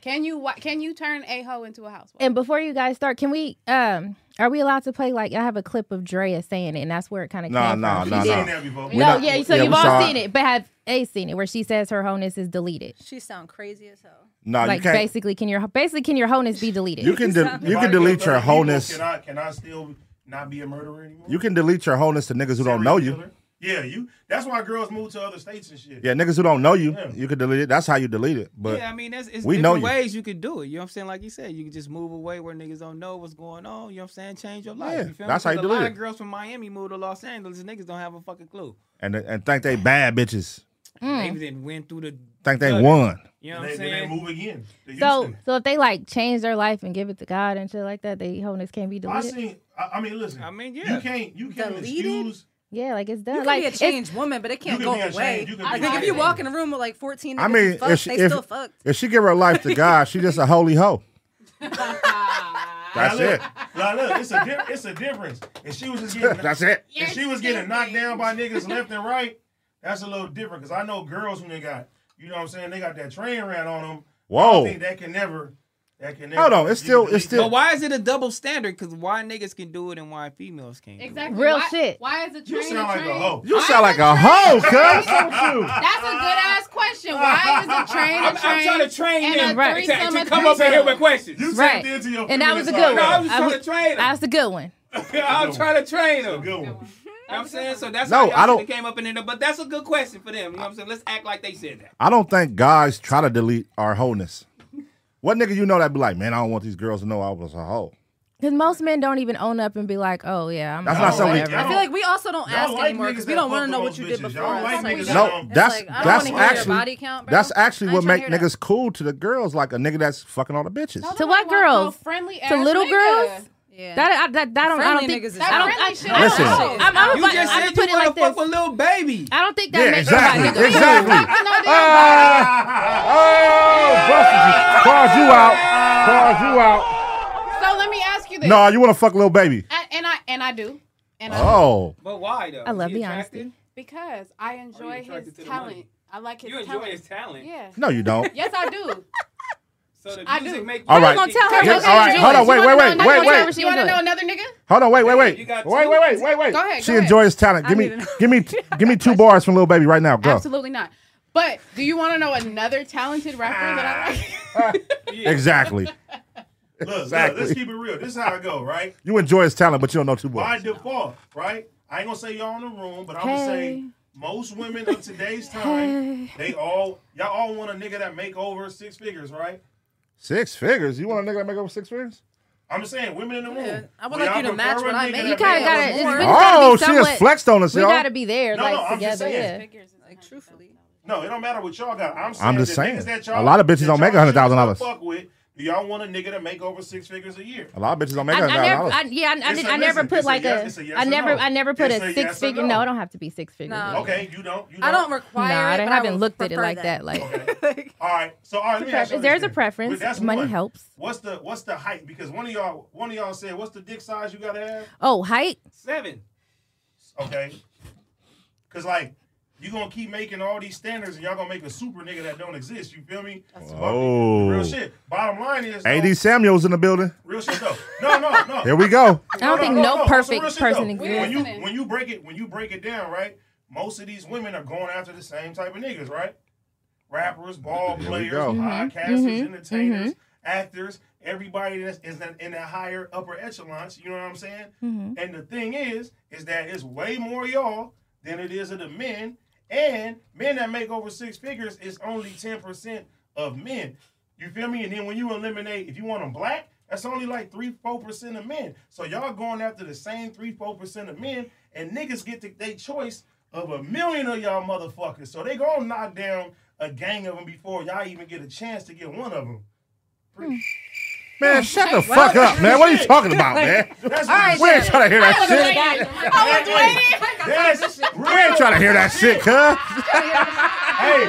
Can you wa- can you turn a hoe into a housewife? And before you guys start, can we, um, are we allowed to play? Like, I have a clip of Drea saying it, and that's where it kind of Nah, came nah, from. nah, You nah. seen that before? We no, not- yeah, so yeah, you've we all saw it. seen it, but have A seen it where she says her wholeness is deleted? She sound crazy as hell. No, you like can't. basically, can your basically can your wholeness be deleted? you can de- you If I can kill delete other your people, wholeness. Can I, can I still not be a murderer anymore? You can delete your wholeness to niggas who don't know Serial you. killer? Yeah, you. That's why girls move to other states and shit. Yeah, niggas who don't know you, Yeah. you can delete it. That's how you delete it. But yeah, I mean, that's it's we know different you. ways you could do it. You know what I'm saying? Like you said, you can just move away where niggas don't know what's going on. You know what I'm saying? Change your life. Yeah, you feel that's me? how you 'Cause do A lot it. of girls from Miami moved to Los Angeles and niggas don't have a fucking clue. and and think they bad bitches. Hmm. They then went through the. Think they gutter. won. You know Then what they, I'm then they saying? move again. to So, Houston. so if they like change their life and give it to God and shit like that, they wholeness can't be I deleted. seen. I, I mean, listen. I mean, yeah. You can't. You can't Deleted? excuse. Yeah, like it's done. You can like be a it's- changed woman, but it can't can go be a changed- away. you can I be think if you changed. walk in a room with like 14 niggas I mean, who fuck, if she, they if, still fucked. if she give her life to God, she just a holy hoe. That's Now, look, it. Now look, it's a di- it's a difference. If she was just getting, That's it. if she was getting knocked down by niggas left and right, that's a little different. Cause I know girls when they got, you know what I'm saying, they got that train ran on them. I Whoa. think that can never. That can never. Hold on, it's you still- can it's delete still- But why is it a double standard? Because why niggas can do it and why females can't. do it? exactly. Real why, shit. Why is it You train sound like train? a hoe. You sound like a hoe, cuz. That's a good ass question. Why is a train a I'm, train? I'm trying to train and them a Right. to, threesome to a come up in here threesome. with questions. You Right. tapped into your And that feminine was a side. good no, I was one. trying would- to train them. That's the good one. I was trying to train them. Good one. You know what I'm saying? So that's No, how y'all I don't- should've came up in there. But that's a good question for them. You know what I'm saying? Let's act like they said that. I don't think guys try to delete our wholeness. What nigga you know that be like, man, I don't want these girls to know I was a hoe. Because most men don't even own up and be like, oh yeah, I'm. That's not oh, something- whatever. I feel like we also don't Y'all ask like anymore niggas because we that don't want fuck to know with what those you did bitches. before. Y'all like That's niggas we that don't. No, It's that's- like, I don't that's wanna hear your actually- body count, bro. That's I actually ain't what tryna make hear that. niggas cool to the girls, like a nigga that's fucking all the bitches. No, To nobody what wants no girls? Friendly To ass little nigga. girls? Yeah. That, I, that, that don't. I don't Friendly think. niggas is I don't. out. I, Friendly I don't. shit. I'm, I'm, I'm, You about- just said I'm gonna put you it like want to fuck this. with little baby. I don't think that yeah, makes nobody exactly. good. Exactly. oh, busted you. Pause you out. Pause you out. So let me ask you this. No, you want to fuck little baby. I- and I and I do. And I do. Oh. But why though? I love Is he the attracted? honesty. Because I enjoy Oh, attracted his to the talent. money? I like his You enjoy talent. his talent. Yeah. No, you don't. Yes, I do. So the I music do. make you All right. gonna tell her Yeah, what she all right. Hold on. was doing. Wait, She wait, wanna wait, know wait, what she wait. was You want to doing. know another nigga? Hold on. Wait, wait, You wait. got Wait, two? wait, wait, wait, wait. Go ahead, She go ahead. enjoys talent. Give I me, don't even know. give me, give me two bars from Lil Baby right now. Go. Absolutely not. But do you want to know another talented rapper that Ah. I like? Exactly. Look, Exactly. look, let's keep it real. This is how it go, right? You enjoy his talent, but you don't know two By bars. default, right? I ain't gonna say y'all in the room, but I'm gonna say Hey. most women of today's time, they all y'all all want a nigga that make over six figures, right? Six figures. You want a nigga that make over six figures? I'm just saying, women in the room. Yeah, I would like But y'all you to prefer match a what I make. nigga that You You kinda make gotta, over it's more. really Oh, gotta be she just somewhat, flexed on us, We y'all. gotta be there, No, like no, I'm just together. saying. Yeah. Like truthfully, No, it don't matter what y'all got. I'm saying, I'm just the saying. niggas that y'all- A lot of bitches that don't make y'all choose to $100,000. Fuck with. Do y'all want a nigga to make over six figures a year? A lot of bitches don't I, make I that never, dollars. I, yeah, I, I, It's did- a I never listen, put it's a like yes- it's a yes I or never, no. I never put It's a a yes six or figure. no. No. I don't have to be six figure. No. Okay, you don't. You don't. Uh, I don't require Nah, I it. didn't- but haven't would looked at it prefer like that. Like Like, All right. So all right, let me ask Pref- y'all this there's a then. preference. But that's Money one. helps. What's the what's the height? Because one of y'all one of y'all said what's the dick size you gotta have? oh, height. seven. Okay. Cause like you gonna keep making all these standards and y'all gonna make a super nigga that don't exist. You feel me? Oh. Real shit. Bottom line is though, AD Samuel's in the building. real shit though. No, no, no. Here we go. I don't think no On some perfect real shit, person though, exists. When you We're when you break it when you break it down, right? Most of these women are going after the same type of niggas, right? Rappers, ball Here we players, go. Mhm, podcasters, mm-hmm, entertainers, actors, everybody that's is in, in that higher upper echelons. You know what I'm saying? Mm-hmm. And the thing is, is that it's way more y'all than it is of the men. And men that make over six figures is only ten percent of men. You feel me? And then when you eliminate, if you want them black, that's only like three, four percent of men. So y'all going after the same three, four percent of men, and niggas get the, they choice of a million of y'all motherfuckers. So they gonna knock down a gang of them before y'all even get a chance to get one of them. Man, shut the fuck up, man. What are you talking about, man? That's We ain't trying to hear that shit. That's real. We ain't trying to hear that shit, cuz. Hey,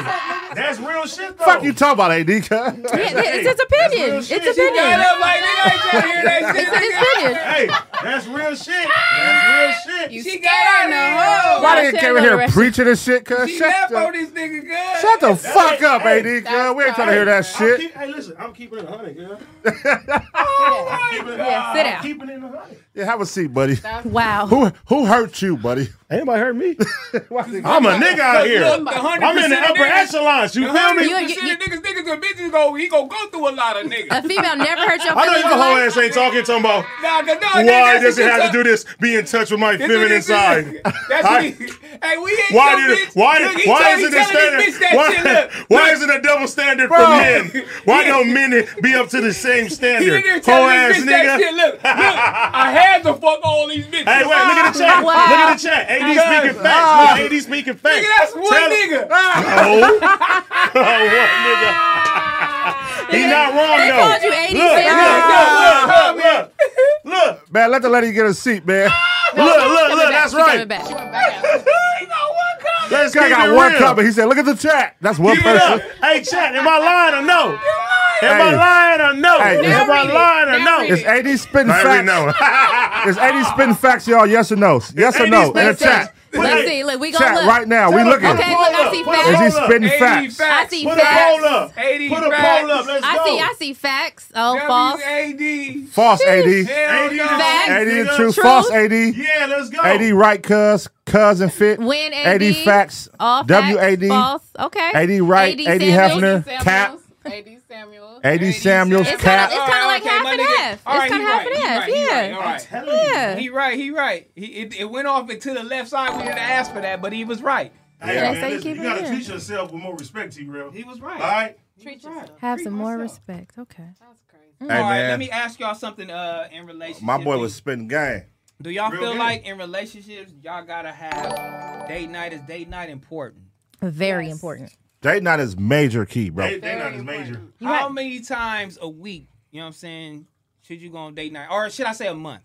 that's real shit though. Fuck you talking about, AD, cuz. Yeah, it's his opinion. It's shit. Shut She opinion. up, like nigga, I ain't trying to hear that shit. It's his opinion. Hey, that's real shit. That's real shit. She got on the hoe. Why they came in here preaching this shit, cuz? She Shut left on the, this nigga good. shut the fuck up, Hey, AD, cuz. We ain't trying to hear that I'm shit. keep, hey, listen, I'm keeping it 100, girl. Yeah, sit I'm down. keeping it 100. Yeah, have a seat, buddy. Wow. Who who hurt you, buddy? Anybody heard me? I'm a nigga out here. I'm in the upper niggas, echelons. You feel Hundred me? You- percent you- of niggas, niggas and bitches go. He gonna go through a lot of niggas. A female never hurt your I know feelings. your whole like- ass ain't talking to about Nah, cause no, why does it have to do this? Be in touch with my feminine side. That's I- what he, hey, we ain't Why your did it? bitch. Why Look, he did? Why tell- he isn't it telling this bitch standard? that shit, Why, look. why isn't a double standard for men? Why don't men be up to the same He standard? in there Whole telling ass this bitch that shit. nigga. Look, look, I had to fuck all these bitches. Hey, wait! Look at the chat. Look at the chat. AD speaking facts. Look, AD speaking facts. Nigga, that's one Tell- nigga. Oh, what nigga? He not wrong They though. called you 80 Look, cents. look, look, look, look, look, Man, let the lady get a seat, man. look, look, back. look. That's She coming right. back. Let's This guy keep it got one real. cup, and he said, "Look at the chat." That's one Give it up. person. Hey, chat. Am I lying or no? Am Hey. I lying or no? Hey, Am I read it. lying or Now no? read Is AD spitting All right, we facts? know. Is AD spitting facts, y'all? Yes or no? Yes or AD no? In the spitting Let's see. chat. Let's see. Look, we gonna Chat look. right now. We Tell looking. him. Okay, look, I see Put facts. a Is he Hold up. spitting 80 facts? I see Put a facts. poll up. 80 Put a facts. poll up. Let's I go. see. I see facts. Oh, E false. WAD. False AD. Hell AD. no. Facts. AD and Nigga. truth. Truth. False AD. Yeah, let's go. AD right, cuz. Cuz and fit. Win AD AD. facts. All facts. WAD. False. Okay. AD right. AD Hefner. Samuels, Cap. AD Samuel. AD Samuels. It's Cap. kinda- it's kinda Oh, like half and half. It's kinda half and half, yeah. All right. Hell yeah. He right, he right. He, it, it went off into the left side. We didn't ask for that, but he was right. Hey, Yeah. man, That's how you listen, keep you it gotta real. treat yourself with more respect, T real. He was right. All right. Treat yourself. Have some more myself. respect. Okay. That's crazy. Hey, All right, man. let me ask y'all something uh, in relation. My boy was spitting game. Do y'all Real feel good. like in relationships y'all gotta have date night? Is date night important? Very Yes. important. Date night is major key, bro. They, they not as major. How many times a week? You know what I'm saying? Should you go on date night, or should I say a month?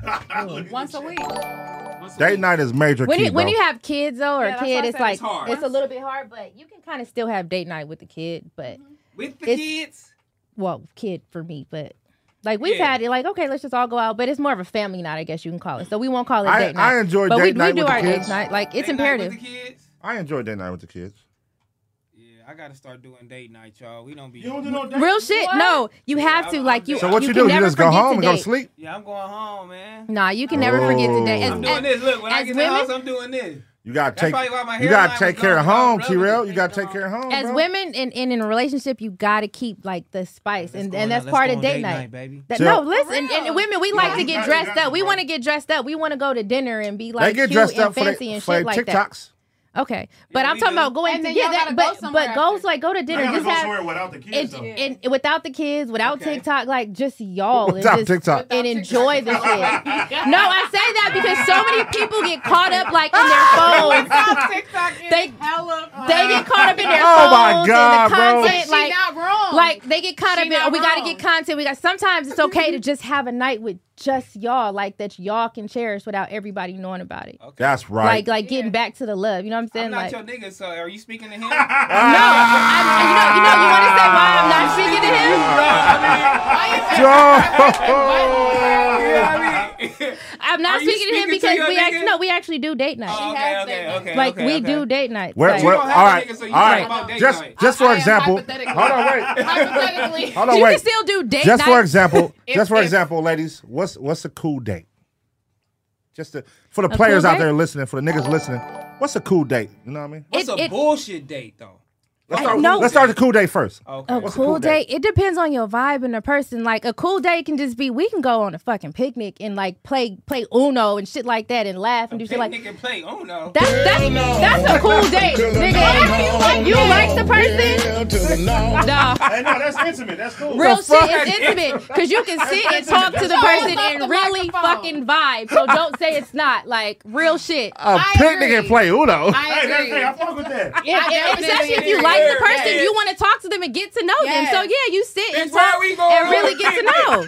Once a week. Once a Date week? night is major When key, you, when bro. you have kids though, or Yeah, a that's kid, why I it's said like it's it's, hard. a little bit hard, but you can kind of still have date night with the kid. But with the it's- kids. well, kid for me, but like we've Yeah. had it, like okay, let's just all go out, but it's more of a family night, I guess you can call it. So we won't call it I- date night. I enjoy but date we, night we do with the our date kids. night. Like it's Date night imperative. with the kids. I enjoy date night with the kids. Yeah, I gotta start doing date night, y'all. We don't be. You don't do no date. Real shit. No, you have to. I'm- Like I'm you. down. So what you, can do? You never just go forget home and to go to date. sleep. Yeah, I'm going home, man. Nah, you can never forget Oh. to date. As- I'm I'm as- doing this. Look, when I as get to the women- house, I'm doing this. You gotta That's take. probably why my You hairline gotta was take care of gone, I home, was rubbing T-Rail. it. You gotta take care of home. as bro. women and, and in a relationship, you gotta keep like the spice, and, go and on that's a- let's part go of on date, date night. night, baby. That- So- no, listen, and, and women, we like to you get gotta- you dressed gotta, up. We bro. want to get dressed up. We want to go to dinner and be they like get cute dressed and up for fancy their and for shit their like that. TikToks. Okay, but Yeah, I'm we talking do. about going And to then yeah, y'all that, gotta go but somewhere but goes after. like go to I dinner. gotta Just go have somewhere without the kids. and, though. and without the kids, without Okay. TikTok, like just y'all Without and just TikTok. and enjoy the shit. no, I say that because so many people get caught up like in Oh their phones. TikTok is They- hella. They get caught up in their Oh my phones God, and the bro. content. she Like not wrong. like they get caught She up in "Oh, not we gotta wrong. get content. We got sometimes it's okay to just have a night with just y'all, like that y'all can cherish without everybody knowing about it. That's right. Like like getting back to the love. You know what I'm saying? I'm like not your nigga, so are you speaking to him? I I, you know, you know, you want to say why I'm not speaking to him? mean, okay, I'm not Are you speaking, to him speaking to because your we actually nigga? Oh, no, we actually do date night. okay, okay, okay. like we okay. do date night. Where, like, where, all don't have a right, nigga, so you all talking right. about date Just, night. just I for am example, hold hypothetically- on, wait, hypothetically. hold on, you can wait. still do date Just night. for example, just for if- example, ladies, what's what's a cool date? Just to, for the players cool out date? there listening, for the niggas listening, what's a cool date? You know what I mean? What's It- a it- bullshit date though? Let's start, no. let's start the cool date first. Okay. a What's cool, day. It depends on your vibe and the person. Like a cool day can just be we can go on a fucking picnic and like play play Uno and shit like that and laugh and do shit Picnic like like, and play oh, Uno. that's that's that's a cool date, nigga. You like the person? Nah. Hey, no, that's intimate. That's cool. Real The shit fuck? is intimate because you can sit and talk to the person and really microphone. fucking vibe. So don't say it's not like real shit. A picnic and agree. play Uno. I Hey, agree. that's, hey, I fuck with that. If- if- definitely especially if you agree. like the person, Yes. you want to talk to them and get to know Yes. them. So yeah, you sit and Bitch, where talk we going and really on get to know.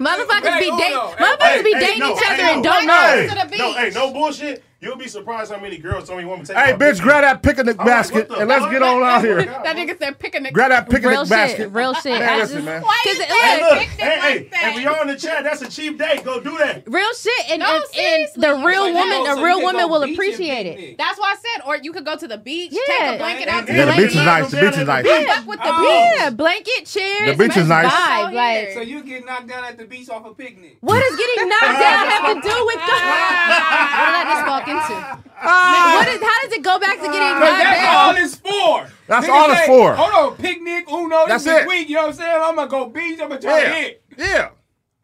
motherfuckers Hey, be Uno. dating, Hey, motherfuckers be dating no, each other hey, and no, don't hey, know. To the No, beach. hey, no bullshit. You'll be surprised how many girls tell me woman take Hey, my bitch, grab that picnic I'm like, basket what the and let's fuck? get on out here. That nigga said picking the. Grab that picnic Real basket. shit, real shit. Man, I listen, just- man. 'cause it- Hey, look, Hey, picnic hey, like if that. y'all in the chat, that's a cheap date. Go do that. real shit, and, No, and- and, seriously. the real Like, woman, no, a so real woman will appreciate it. That's why I said, or you could go to the beach, Yeah. take a blanket out to Yeah, the lake. beach is nice. The beach is nice. Fuck with the Oh, Oh. Yeah, blanket, chairs, The beach is best nice. vibe, So like- here. So you get knocked down at the beach off a picnic. What does getting knocked down have to do with the? what did I just walk into? What is? How does it go back to getting But knocked that's down? all it's for. That's Nigga all it's say, for. Hold on, picnic, Uno. This That's is it. week. You know what I'm saying? I'm gonna go beach. I'm gonna try to Yeah, hit. yeah.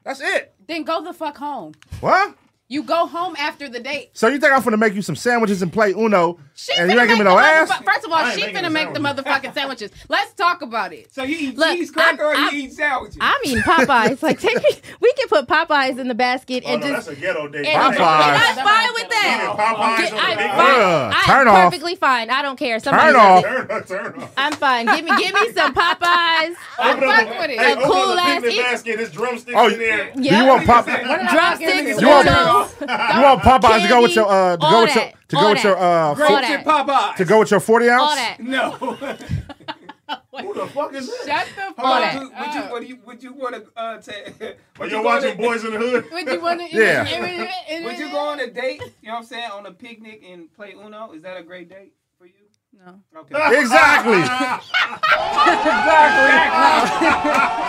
That's it. Then go the fuck home. What? You go home after the date. So you think I'm finna make you some sandwiches and play Uno, She and you finna ain't give me make no the ass? motherfu- First of all, I ain't she making finna the make the motherfucking sandwiches. Let's talk about it. So you eat Look, cheese cracker or I'm- you eat sandwiches? I'm eating Popeyes. Like, take me. We can put Popeyes in the basket Oh, and no, that's just. a ghetto date. and- Popeyes. Popeyes. I'm fine with Yeah, that. Popeyes Get- on the I'm big fine. grill. Ugh, I'm turn off. perfectly fine. I don't care. Somebody Turn got off. it. Turn off, turn off. I'm fine. Give me, give me some Popeyes. Open fuck up, with it. Hey, A open up cool the ass picnic eat- basket. There's drumsticks Oh, in there. Do you want pop? You Drumsticks, You want- Unos, want Popeyes to go with your uh to All go with your that. to All go with your uh All fo- that. Shit, Popeyes. to go with your forty ounce? all that. No. Who the fuck is this? Shut the fuck Hold that. on, would you, would you would you want to uh, take? Are would you go on watching a- Boys in the Hood? Would you want to? Yeah. Would you go on a date? You know what I'm saying? On a picnic and play Uno. Is that a great date for you? No. Okay. Exactly. exactly.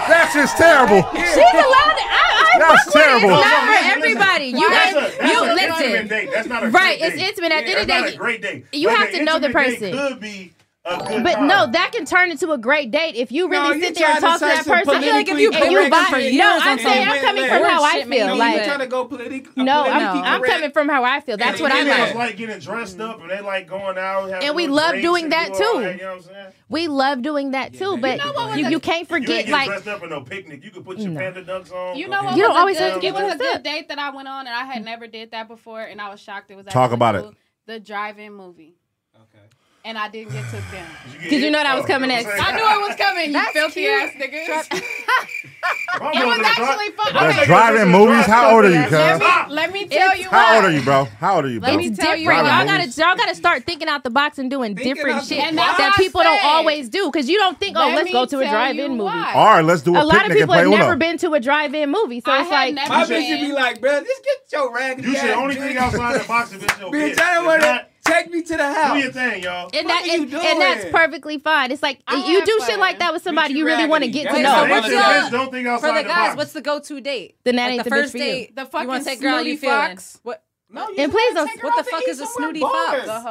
That's just terrible. She's allowed it. I, I That's fuck with it. It's terrible. not No, for listen, listen. everybody. You That's guys, a- that's you an listen. intimate date. That's not a Right, great it's date. intimate. At the Yeah, end That's not of a the day, great date. you But have the to know the intimate date person. Could be a good but time. no, that can turn into a great date if you No, really you sit there and trying talk to to that say some person. I feel like if you and politically you correct vibe. for You know, years, I'm I'm saying saying I'm coming that from how I shit made feel. No, me you mad. Like, trying to go politic? no, politically I'm I'm correct? coming from how I feel. That's And what I then like. Niggas like getting dressed up and they like going out. having And we little love drinks doing and that do all too. you know what I'm saying? We love doing that Yeah, too, they- but You know what was you, a- you can't You didn't forget get like dressed up in no picnic. You could put your No. panda ducks on. You know go what? You was don't a always good, have to get It was a dressed good up. date that I went on, and I had never did that before, and I was shocked. It was Talk actually about it. cool. The drive-in movie, Okay. and I didn't get took down. get because you hit? know that Oh, was coming you know next. what I'm I saying? knew it was coming, you filthy ass niggas. If I'm It going was to the drive- actually fun. That's Okay, driving movies. How old are you, Let cuz? me, let me tell It's- you How old what. are you, bro? How old are you, bro? me It's tell different. you Y'all what. gotta Movies. y'all gotta start thinking out the box and doing Thinking different out the shit And that's that what I people don't said. always do. Because you don't think, oh, Let let's me go to a tell drive-in you movie. why. Or let's do a, A lot of picnic people and play have never Uno. been to a drive-in movie, so I it's had like never- My Man. bitch should be like, bruh, just get your raggedy You should ass only drink. think outside the box if it's your Bitch, bitch. I don't If wanna- not, Take me to the Do house. your thing, y'all. And, What that, are you and, and that's doing? perfectly fine. It's like I'm you do having shit fun. like that with somebody Richie you really want to Raggedy. get That's to how know. I That's what's it. up? That's- Don't think For outside the the guys, box. what's the go-to date? Then that Like ain't the the bitch first for you. date. The you wanna fucking take girl, you snooty feeling? fox. What? No, you And just please gotta don't- take her What the out to fuck eat is a somewhere snooty ballers. fox? The You know what I'm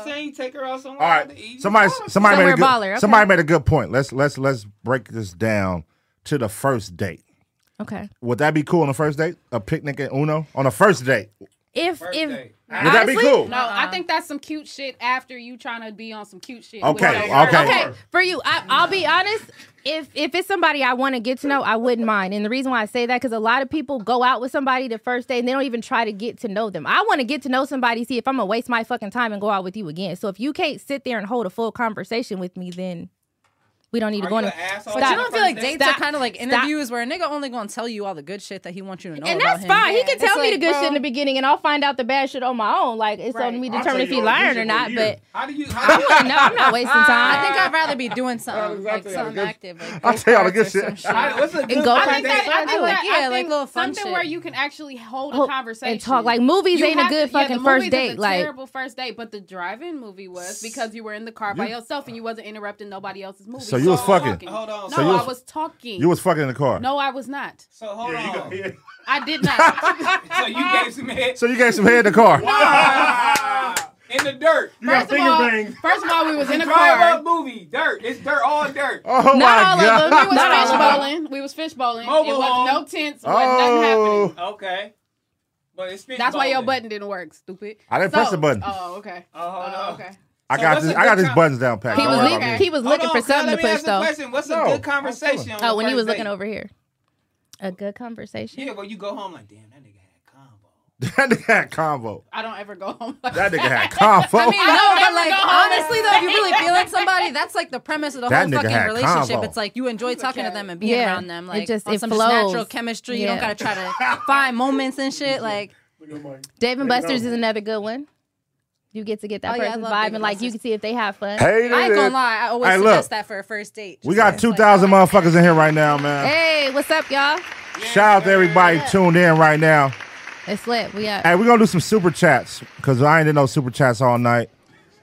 hotel. saying? You take her out somewhere All right, to eat. somebody, ballers. somebody made a Somewhere good, baller, okay. somebody made a good point. Let's let's let's break this down to the first date. Okay. Would that be cool on the first date? A picnic at Uno on a first date? Would If if Birthday. that be Honestly, cool? No, I think that's some cute shit after you trying to be on some cute shit. with Okay, her. okay. okay for you, I, I'll be honest. If if it's somebody I want to get to know, I wouldn't mind. And the reason why I say that because a lot of people go out with somebody the first day and they don't even try to get to know them. I want to get to know somebody. See if I'm gonna waste my fucking time and go out with you again. So if you can't sit there and hold a full conversation with me, then we don't need to Are go you on. an asshole? But Stop. you don't feel like Stop. dates are kind of like Stop. interviews where a nigga only gonna tell you all the good shit that he wants you to know. and about that's him. fine. He can It's tell me like, the good shit in bro, the beginning, and I'll find out the bad shit on my own. Like it's Right. on me to I'll determine tell if you he all lying this or shit not. for But years. How do you? How do you no, I'm not wasting time. I think I'd rather be doing something like exactly. something active. Like I'll tell y'all the good go-karts or some shit. I- what's a good go first for I think it. date? that, I I think like, that, yeah, I like think little fun something shit. where you can actually hold a Hold- conversation and talk. Like, movies ain't a have good to- yeah, fucking the first movies is date, a like- terrible first date, but the drive-in movie was because you were in the car by yourself and you wasn't interrupting nobody else's movie. So you was I fucking. Hold on. No, So you I was- was talking. You was fucking in the car. no, I was not. So hold Yeah, you on. got- yeah. I did not. So you gave some head So you gave some head in the car. in the dirt. You got First of finger all, bang. first of all, we was in a Drive car. up movie. Dirt. It's dirt. All dirt. Oh my Not all god. of We them. was Not all fish of them. bowling. We was fish bowling. Mobile it was home. no tents. It was nothing happening. Oh, Okay. But it's That's why your spitballing. button didn't work, stupid. I didn't press the button. Oh, okay. Oh, hold Oh, on. okay. I So got what's this. a I got good this com- buttons down pat. He Don't was worry Oh, about okay. looking. me. He was Hold looking on, for Kyle, something let to me push ask a though. question. What's No. a good conversation? Oh, when he was First looking date. over here. A good conversation. Yeah, well, you go home like, damn, that nigga had combo. that nigga had convo. I don't ever go home. Like That nigga had convo. I mean, don't no, ever but like go home. honestly though, if you really feeling somebody, that's like the premise of the That whole nigga had fucking relationship. convo. It's like you enjoy talking to cat. them and being Yeah. around them. It Like just- on it some flows. just natural chemistry. You don't Yeah. gotta try to find moments and shit. Like Dave and There you Buster's go. is another good one. You get to get that Oh, yeah, I person's love vibe Dave and and like you can Buster's. see if they have fun. Hey, I ain't gonna lie, I always Hey, look. suggest that for a first date. We Just got like- two thousand motherfuckers in here right now, man. Hey, what's up, y'all? Shout out to everybody tuned in right now. It's lit. We up. Hey, we're gonna do some super chats because I ain't did no super chats all night.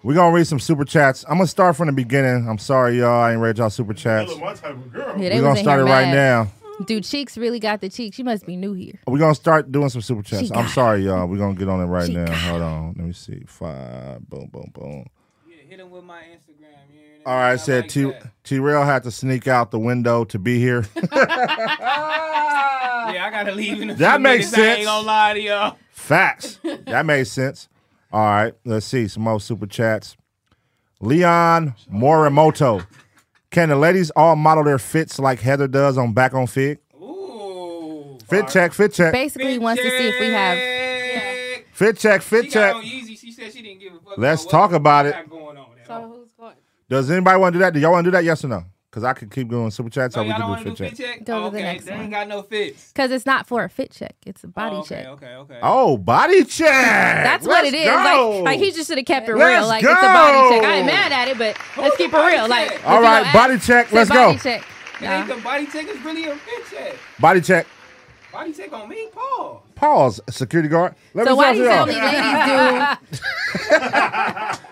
We're gonna read some super chats. I'm gonna start from the beginning. I'm sorry, y'all. I ain't read y'all super chats. Look, my type of girl. Yeah, We're they gonna was in start it here right mad. now. Dude, Cheeks really got the cheeks. She must be new here. We're gonna start doing some super She chats. got I'm it. sorry, y'all. We're gonna get on it right She now. got Hold on. Let me see. Five. Boom, boom, boom. Yeah, hit him with my Instagram. You hear that? All right, I I said like T that. T Rail had to sneak out the window to be here. Yeah, I gotta leave in a That few makes minutes. I sense. ain't gonna lie to y'all. Facts. that made sense. All right, let's see some more super chats. Leon Morimoto. Can the ladies all model their fits like Heather does on Back on Fig? Ooh. Fit check, fit check, Basically, wants to see if we have. have. fit check, She fit got check. on Yeezy. She said she didn't give a fuck. Let's about talk what about it. got Oh, Going on at So all. who's going? Does anybody want to do that? Do y'all want to do that? Yes or no? Because I could keep doing super chats, So or we Oh, y'all don't can do want to fit do check. fit check? Go to okay, the next they one. ain't got no fits. Because it's not for a fit check, it's a body oh, okay, check. Okay, okay. Oh, body check. That's what Let's it is. go. Like, like he just should have kept it Let's real. Like it's a body check. I ain't go. mad at it, but let's the keep it body real. Like check? if all you right, don't body ask, check. say Let's body go. Check. It Nah. ain't the body check is really a fit check. Body check. Body check on me, Paul. Pause. Security guard. Let So me why talk do to you tell y'all. me ladies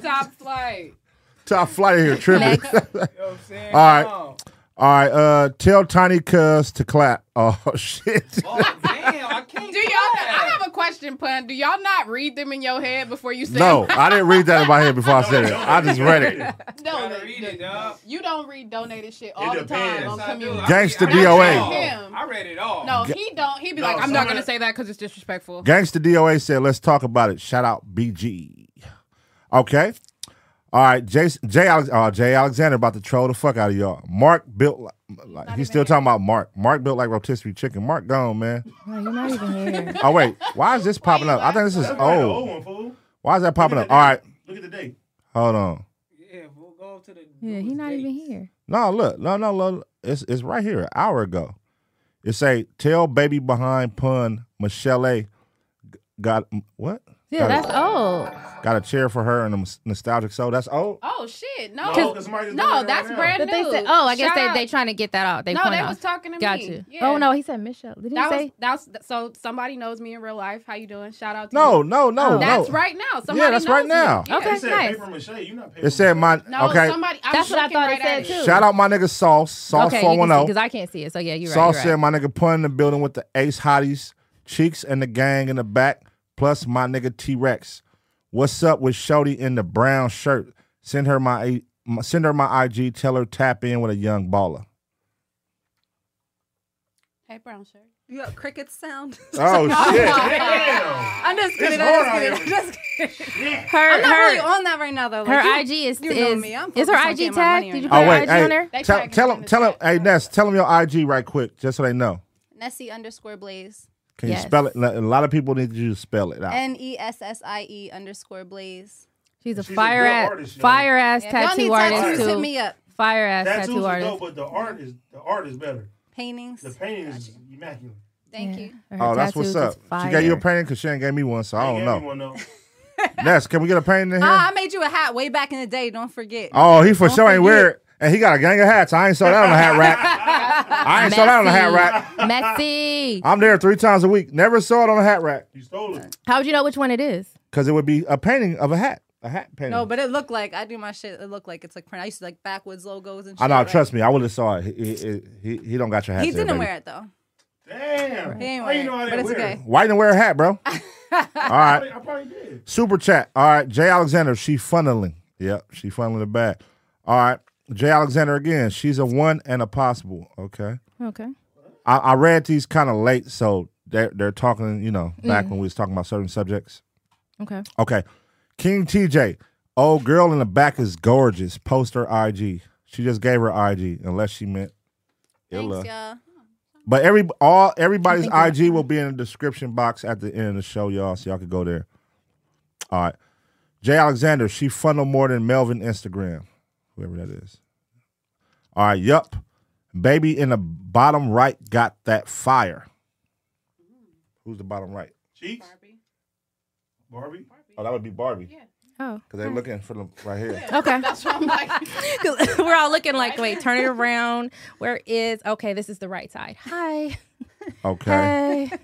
Top flight. Top flight here, tripping. Next. You know what I'm saying? All right. Oh, All right, uh, tell Tiny Cuz to clap. Oh shit! oh, damn, I can't. Do y'all? I have a question, pun. Do y'all not read them in your head before you say? No, I didn't read that in my head before I said it. I just read it. no, Gotta read it, dog. You don't read donated shit all the time depends. on Yes, I do. community. I Gangsta read- I read it DOA. all. Him. I read it all. No, he don't. He be No, like, I'm not some of gonna the- say that because it's disrespectful. Gangsta DOA said, "Let's talk about it." Shout out BG. Okay. All right, Jay Jay, Alex, uh, Jay Alexander about to troll the fuck out of y'all. Mark built like, like he's still talking about Mark. Mark built like rotisserie chicken. Mark gone, man. do? No, you're not even here. Oh wait, why is this popping up? I think this is That's probably the old old. one, fool. Why is that popping Look up? at All right, the date. Look at the date. hold on. Yeah, we'll go to the. Yeah, he's newest not even dates. here. No, look, no, no, look. It's it's right here, an hour ago. It say, tell baby behind pun Michelle got what? Yeah, that's old. Got a chair for her and a nos- nostalgic soul. That's old. Oh shit! No, No, 'cause somebody's doing it no, right that's now. brand But they new. said, oh, I guess Shout they out. they trying to get that out. They no, point they out. was talking to Got me. you. Yeah. Oh no, he said Michelle. Did he That say? was that's so somebody knows me in real life. How you doing? Shout out to No, you. no, no, Oh, That's no. right now. Somebody that's knows right me. now. Yeah. Okay. It said Nice. paper mache. You not paper. It said mache. my No, okay. somebody. I'm That's what I looking thought right it said at it. too. Shout out my nigga Sauce. Sauce okay, four one oh. zero. because I can't see it. So yeah, you're right. Saul you're said right. my nigga pun in the building with the ace hotties, cheeks and the gang in the back, plus my nigga T Rex. What's up with Shody in the brown shirt? Send her my A- my- send her my IG. Tell her tap in with a young baller. Hey, brown shirt. You got cricket sound. Oh shit! Damn. I'm just kidding. I'm hard just out kidding. I'm here. just kidding. her I'm not her really on that right now though. her Like, you- IG is you know is, me. I'm is focused on her getting IG my tag? money Did you right Oh put her wait, IG on hey, her? They tell, tagging tell us him in the tell him chat. hey Ness, tell him your IG right quick just so they know. Nessie underscore Blaze. Can Yes. you spell it? A lot of people need you to spell it out. N E S S I E underscore Blaze. She's a She's a fire good ass artist, y'all. fire ass Yeah, if y'all need tattoo tattoos, artist hit too. me up. Fire ass Tattoos tattoo are artist. dope, but the art is the art is better. Paintings. The painting is immaculate. Thank you. Her oh, that's what's tattoos up. is She gave you a fire. painting because she ain't gave me one, so I Ain't don't know. everyone know. Ness, can we get a painting Uh, in here? Ah, I made you a hat way back in the day. Don't forget. Oh, he for Don't sure ain't forget. wear it. And he got a gang of hats. I ain't saw that on the hat rack. I ain't saw that on the hat rack. Messy. I'm there three times a week. Never saw it on the hat rack You stole it. How would you know which one it is? because it would be a painting of a hat, a hat painting. No, but it looked like I do my shit. It looked like it's like print. I used to like backwards logos and shit. I know. like- Trust me, I would have saw it. He, he, he, he don't got your hat. He there, didn't baby. wear it though. Damn. He ain't How wear Oh, you it. know But I didn't it's wear okay. it? Why you didn't wear a hat, bro? All I, right, I probably did. super chat. All right, Jay Alexander. She funneling. Yep, she funneling it back. All right, Jay Alexander again. She's a one and a possible. Okay. Okay. I, I read these kind of late, so they're they're talking. You know, back when we was talking about certain subjects. Okay. Okay. King TJ. Old girl in the back is gorgeous. Post her IG. She just gave her IG, unless she meant Illa. Thanks, y'all. But every all everybody's IG will be in the description box at the end of the show, y'all, so y'all can go there. All right. Jay Alexander, she funnel more than Melvin Instagram. Whoever that is. All right, yup. Baby in the bottom right got that fire. Who's the bottom right? Cheeks. Barbie. Oh, that would be Barbie. Oh. Because they're looking for them right here. Okay. I'm like, 'Cause We're all looking like, wait, turn it around. Where is okay? This is the right side. Hi. Okay.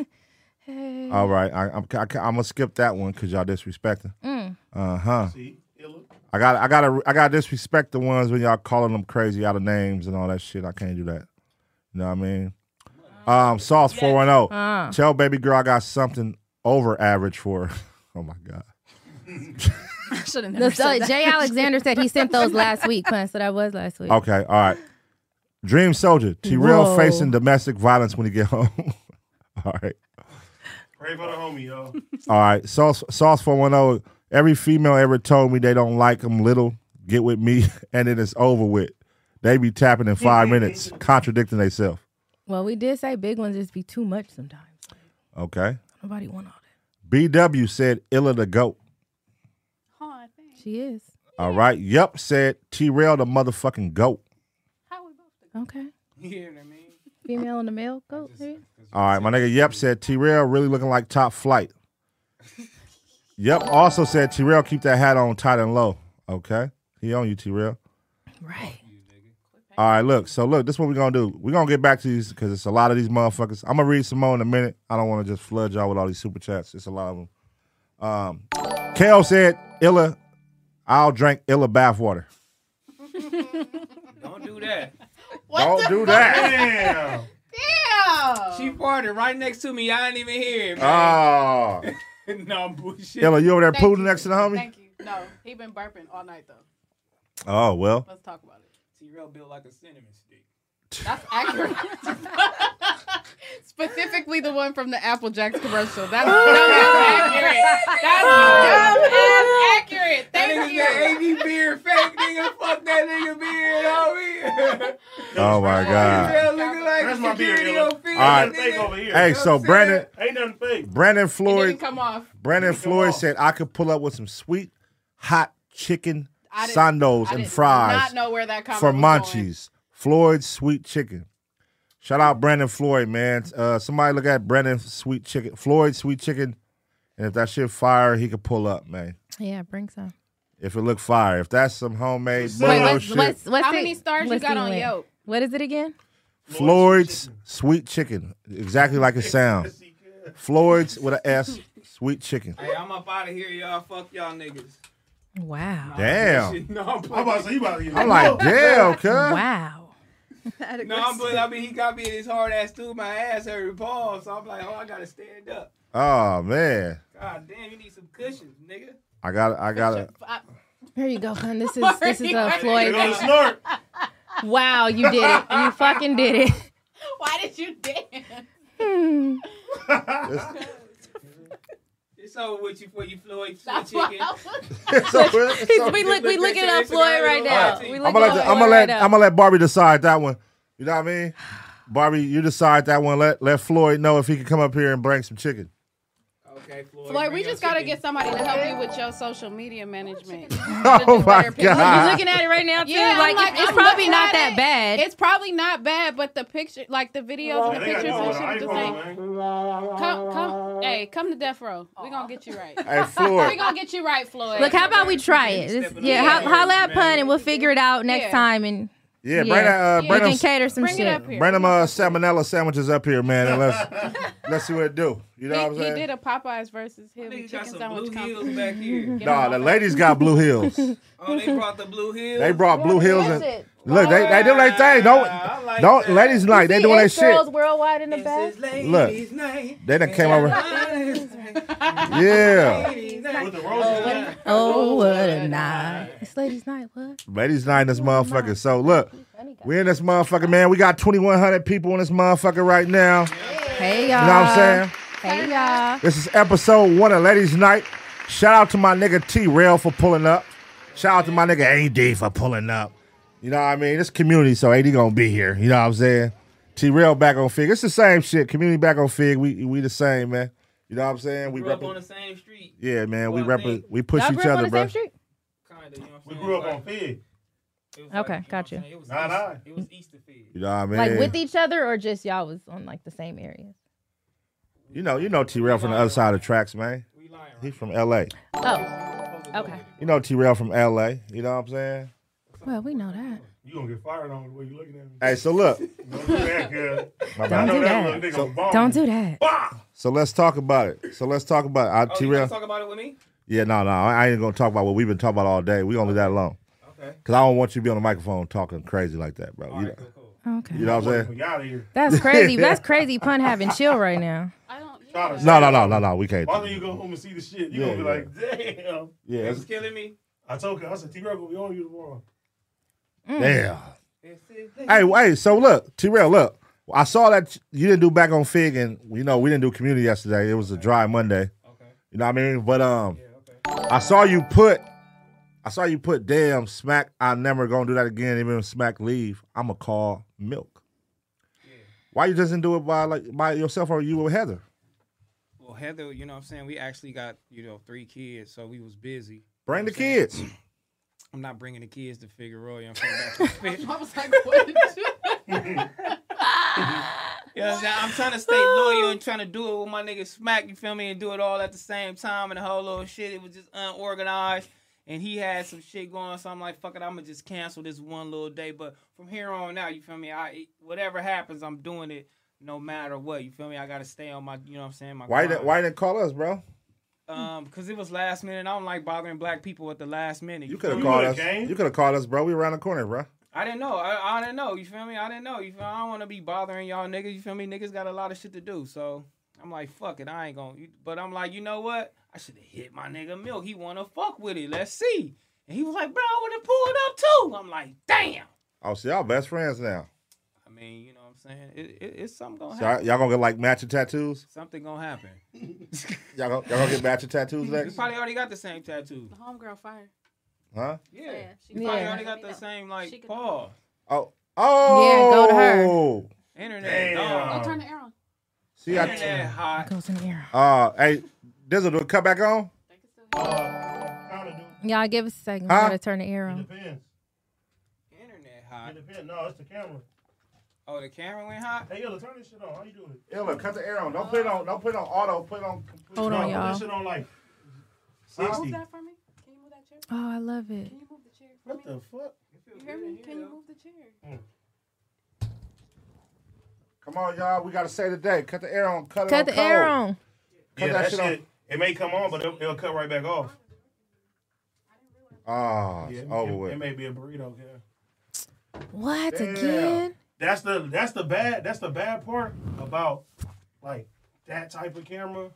Hey. All right, I, I'm, I, am i gonna skip that one because y'all disrespecting. Uh huh. See, Illa. I got I got to I got to disrespect the ones when y'all calling them crazy out of names and all that shit. I can't do that. You know what I mean? Um, sauce four one zero. Tell baby girl I got something over average for. her. oh my god. I should have The- never so said that. Jay Alexander said he sent those last week, Pun. So that was last week. Okay, all right. Dream soldier. T real Whoa. facing domestic violence when he get home. all right. Pray for the homie, y'all. All right, sauce sauce four one zero. Every female ever told me they don't like them little. Get with me, and it is over with. They be tapping in five minutes, contradicting themselves. Well, we did say big ones just be too much sometimes. Okay. Nobody want all that. BW said Illa the goat. huh, thanks. She is. All right. Yup said T Rail the motherfucking goat. How we both Okay. You hear what I mean? Female and the male goat. maybe? All right, my nigga Yep said T Rail really looking like top flight. Yep also said T Rail keep that hat on tight and low. Okay. He on you, T Rail. Right. All right, look. So look, this is what we're gonna do. We're gonna get back to these because it's a lot of these motherfuckers. I'm gonna read some more in a minute. I don't want to just flood y'all with all these super chats. It's a lot of them. Um, Kale said, "Illa, I'll drink Illa bathwater." Don't do that. Don't do that. Oh, Damn. Oh. She farted right next to me. I didn't even hear it, man. Oh, no, I'm bullshit. Illa, you over there Thank pooting you. next to the homie? Thank you. No, he been burping all night though. Oh well. Let's talk about it. T-Rail built like a cinnamon stick. That's accurate. Specifically, the one from the Apple Jacks commercial. That's dumb ass accurate. That's dumb ass accurate. That Thank nigga's you. that AB beard fake nigga. Fuck that nigga beard, homie. Oh my god. T-Rail looking like That's a my beard, security Illa. on field, All right. Fake over nigga. here. Hey, so Brandon, Ain't nothing fake. Brandon It Floyd, didn't come off. Brandon It didn't come Floyd off. said I could pull up with some sweet, hot chicken I didn't- sandos I and did fries. Not know where that comment for was going. Munchies. Floyd's Sweet Chicken. Shout out Brandon Floyd, man. Uh, somebody look at Brandon Sweet Chicken. Floyd Sweet Chicken And if that shit fire, he could pull up, man. Yeah, bring some. If it look fire, if that's some homemade Wait, bullshit, what's, what's, what's How it- many stars you what's got it on with? Yelp? What is it again? Floyd's sweet chicken, exactly like it sounds. Floyd's with a S, sweet chicken. Hey, I'm up out of here, y'all. Fuck y'all niggas. Wow. Damn. No, I'm I'm playing. about to say, you about to I'm like, damn, cuz. Wow. No, I'm playing. I mean, he got me in his hard ass too. My ass every pause, so I'm like, oh, I gotta stand up. Oh man, God damn, you need some cushions, nigga. I got, I got to Here you go, hun. This is this is a Get on Floyd. the snort. Wow, you did it. You fucking did it. Why did you dance? It's over with you before you Floyd sweet That's chicken. why we look we looking at at Floyd right now. We I'm looking gonna let, the, at I'm gonna Floyd right let, now. I'm gonna let Barbie decide that one. You know what I mean? Barbie, you decide that one. Let let Floyd know if he can come up here and bring some chicken. Okay, Floyd. Floyd, bring we your just gotta chicken. get somebody to help you with your social media management. Oh my You god! looking at it right now too? Yeah, I'm like, like, it's I'm probably looking not at that it. bad. It's probably not bad, but the picture, like the videos and the They pictures got this and on shit, an are the same. iPhone, man. Come, come, hey, come to death row. We gonna get you right. Hey We Floyd, gonna get you right, Floyd. Look, how about we try it? Just- yeah, ho- holla at pun and we'll figure it out next Yeah. time and yeah, bring Yeah. that, uh, we bring can them, cater some bring shit. it up here. bring them uh, salmonella sandwiches up here, man, and let's let's see what it do. You know he, what I'm he saying? did a Popeyes versus him Nigga chicken got some sandwich blue competition. heels back here. Nah, the ladies got blue hills. Oh, they brought the blue heels. They brought blue hills and it. look, they they do their thing. I Don't like don't that. ladies like they doing their shit. worldwide in the This is ladies' night. They done came over. Yeah, Ladies' night. With the roses in it. Oh, what a night! It's ladies' night. What? ladies night in this motherfucker. So look, we in this motherfucker, man. We got 2,100 people in this motherfucker right now. Hey y'all. You know what I'm saying? Hey y'all. This is episode one of Ladies Night. Shout out to my nigga T Rail for pulling up. Shout out to my nigga AD for pulling up. You know what I mean? It's community, so AD gonna be here. You know what I'm saying? T Rail back on Fig. It's the same shit. Community back on Fig. We we the same, man. You know what I'm saying? We Grew up rep- on the same street, Yeah, man. We Well, I rep- think- we push Y'all each grew up other, on the bro. same street? kind of. You know what I'm We saying? grew up Like, on Fig. it was Okay, you know got what I'm you. saying? It was Nah, East- nah. It was Easter Fig. You know what I mean? Like with each other, or just y'all was on like the same areas? you know, you know T Rail from the other side of the tracks, man. We lying. He from LA. Oh, okay. You know T Rail from LA. You know what I'm saying? Well, we know that. You gonna get fired on the way you looking at me. Hey, so look. Don't do that, girl. My I bad. know do that that. little nigga a bomb. Don't do that. So let's talk about it. So let's talk about it. I, Oh, T you gonna Rail. talk about it with me? Yeah, no, no, I I ain't gonna talk about what we've been talking about all day. We gonna leave that alone. Okay. Cause I don't want you to be on the microphone talking crazy like that, bro. You know, Cool, cool. Okay. you know what I'm saying? You out of here. That's crazy. That's crazy. Pun having chill right now. I don't. Yeah. Try to- No, no, no, no, no. We can't. Why don't you go home and see the shit? You Yeah, gonna be like, damn. Yeah, It's that's- killing me. I told her, I said, T-Rex gonna be on you tomorrow. Mm. damn. It's it's- it's- Hey, hey. So look, T-Rail, look. I saw that you didn't do back on Fig, and you know we didn't do community yesterday. It was a dry Monday. Okay. You know what I mean? But um, Yeah, okay. I saw you put, I saw you put. Damn, Smack. I never gonna do that again. Even if Smack leave, I'ma call Milk. Why you doesn't do it by like by yourself or you with Heather? Well, Heather, you know what I'm saying? We actually got, you know, three kids, so we was busy. Bring the kids. I'm not bringing the kids to Figueroa. You know what I'm saying? I was like, what? did you- You know what I'm saying? I'm trying to stay loyal and trying to do it with my nigga Smack, you feel me? And do it all at the same time and the whole little shit. It was just unorganized. And he had some shit going, so I'm like, fuck it, I'm gonna just cancel this one little day. But from here on out, you feel me? I whatever happens, I'm doing it no matter what. You feel me? I gotta stay on my, you know what I'm saying? My Why grind. didn't Why didn't call us, bro? Um, cause it was last minute. I don't like bothering black people at the last minute. You could feel have me? called would've us. came. You could have called us, bro. We around the corner, bro. I didn't know. I, I didn't know. You feel me? I didn't know. You feel, I don't want to be bothering y'all niggas. You feel me? Niggas got a lot of shit to do. So I'm like, fuck it. I ain't gonna. you- But I'm like, you know what? I should have hit my nigga Milk. He wanna fuck with it. Let's see. And he was like, bro, I would have pulled up too. I'm like, damn. Oh, so y'all best friends now. I mean, you know what I'm saying? It, it, it's something gonna So happen. y'all, y'all gonna get like matching tattoos? Something gonna happen. Y'all gonna, y'all gonna get matching tattoos You next? probably already got the same tattoo. Homegirl fire. Huh? Yeah. Yeah, she you probably Yeah. already got the same like paw. Oh, oh. go to her. Internet. Damn. dog. Go turn the air on. See, Internet I. hot. Goes in the air. Uh, hey, Dizzle, do it cut back on? Kinda do. Y'all give us a second. Huh? We gotta turn the air It on. depends. Internet It hot. depends. No, it's the camera. Oh, the camera went hot. Hey, Ella, turn this shit on. How you doing? Ella, cut the air on. Don't put it on. Don't put it on auto. Put it on. complete. Hold No, on, put y'all. This shit on like Move sixty. that for me. Can you move that chair? Oh, I love it. Can you move the chair for What me? the fuck? You hear me? Can you move the chair? Come on, y'all. We gotta save the day. Cut the air on. Cut, it Cut the on air cold. on. Cut that yeah, that, shit shit. on. It may come on, but it'll, it'll cut right back off. Ah, Yeah, it's it- over it, with. It may be a burrito. Yeah. What Damn. again? That's the that's the bad that's the bad part about like that type of camera,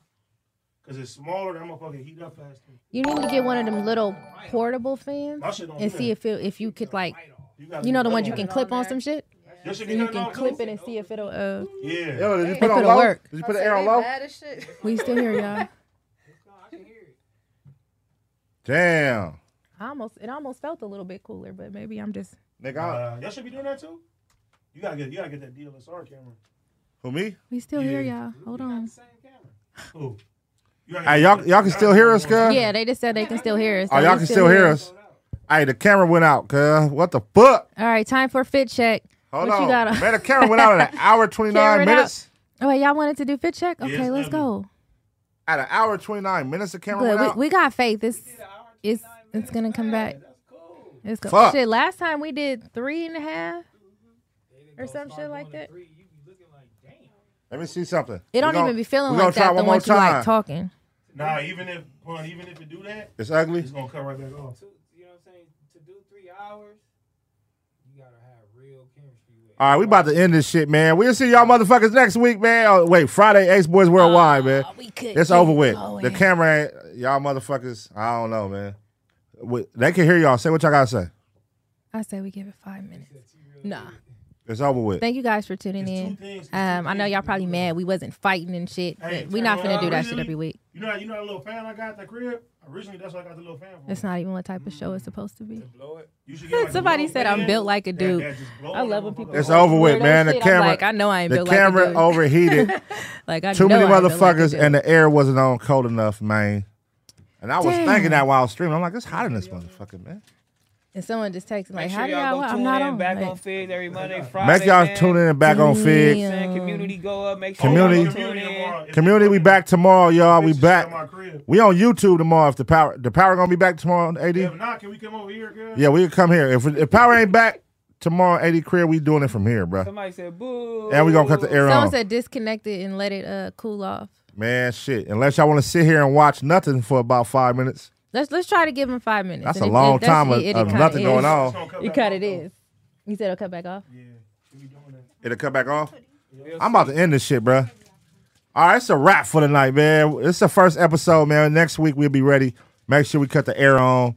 cause it's smaller. That motherfucker heat up faster. You need to get one of them little portable fans My shit don't and fit. see if it, if you could like gotta you know get the ones that you can clip on some shit. Your shit You cut can on, clip too? it and see if it'll. Uh, Yeah. Ella, did you It put it on coulda low? worked. Did you put the air on low? Bad as shit. we still here, y'all. Damn. I almost it almost felt a little bit cooler, but maybe I'm just. Nigga, I- Uh, y'all should be doing that too. You gotta get you gotta get that DSLR camera. who me? We still here, here, Yeah. y'all. Hold on. Ooh. You gotta Hey, get- y'all, y'all can still hear us, cuz? Yeah, they just said they can still hear us. Oh, y'all can still hear us. Hey, the camera went out, cuz. What the fuck? All right, time for fit check. Hold What on. you got on? Man, the camera went out in an hour 29 Camera minutes. Oh wait, y'all wanted to do fit check? Okay, it's let's go. At an hour 29 minutes, the camera But went we, out. we got faith. It's it's it's gonna come back. It's go- Fuck. shit. Last time we did three and a half or some shit like that. Let me see something. It We don't gon- even be we feeling gonna like try that the one more once you time. like talking. Nah, even if well, even if it do that, It's ugly. it's gonna cut right back off. You know what I'm saying? To do three hours, you gotta have real chemistry with. All right, we about to end this shit, man. We'll see y'all motherfuckers next week, man. Oh, wait, Friday, Ace Boys Worldwide, man. Oh, We could. It's over with. The camera, ain't- y'all motherfuckers. I don't know, man. We- They can hear y'all. Say what y'all gotta say. I say we give it five minutes. Nah. It's over with. Thank you guys for tuning It's two in. things- it's two Um, I know things y'all to probably do. mad we wasn't fighting and shit, Hey, but we not Trevor, finna do that shit originally- every week. You know, you know that little fan I got at the crib. Originally, that's why I got the little fan for. It's not even what type of show it's supposed to be. You should get, like, a Somebody little said I'm fan built like a that- dude. that just blow I on love that when people. motherfucker. It's over with, Weirdo man. The shit. I'm camera- like, I know I ain't The built camera like a dude. overheated. Like I Too know many I ain't built like a motherfuckers dude. and the air wasn't on cold enough, man. And I was Damn. thinking that while I was streaming. I'm like, it's hot in this motherfucker, man. And someone just texted like, Make "How sure do y'all y'all? go I'm tune not in on." back Like, on Fig every Monday, Friday. Make y'all man. tune in back on Fig. Saying Damn. community go up. Make sure Community. y'all tune Community in. tomorrow. If Community, we back tomorrow, y'all. We bitches at my back. crib. We on YouTube tomorrow. If the power, the power gonna be back tomorrow, AD. If not, can we come over here, girl? Yeah, we can come here. If, if power ain't back tomorrow, AD career, we doing it from here, bro. Somebody said boo. And we gonna cut the air Someone on. said disconnect it and let it uh cool off. Man, shit. Unless y'all want to sit here and watch nothing for about five minutes, Let's let's try to give him five minutes. that's a And if- long if that's time of, it, it of kinda nothing is. going It's on. gonna cut You back cut off, it though. is. You said it'll cut back off. Yeah. Should we doing that? It'll cut back off. I'm about to end this shit, bro. All right, it's a wrap for tonight, man. It's the first episode, man. Next week we'll be ready. Make sure we cut the air on.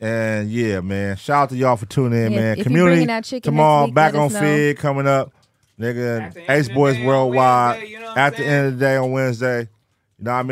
And yeah, man. Shout out to y'all for tuning in, Yeah, man. if you Community bringing out chicken tomorrow, next week, back let on us know. Fig coming up, nigga. the end Ace of the Boys day on Worldwide. Wednesday, you know what I'm At the saying? end of the day on Wednesday, you know what I mean.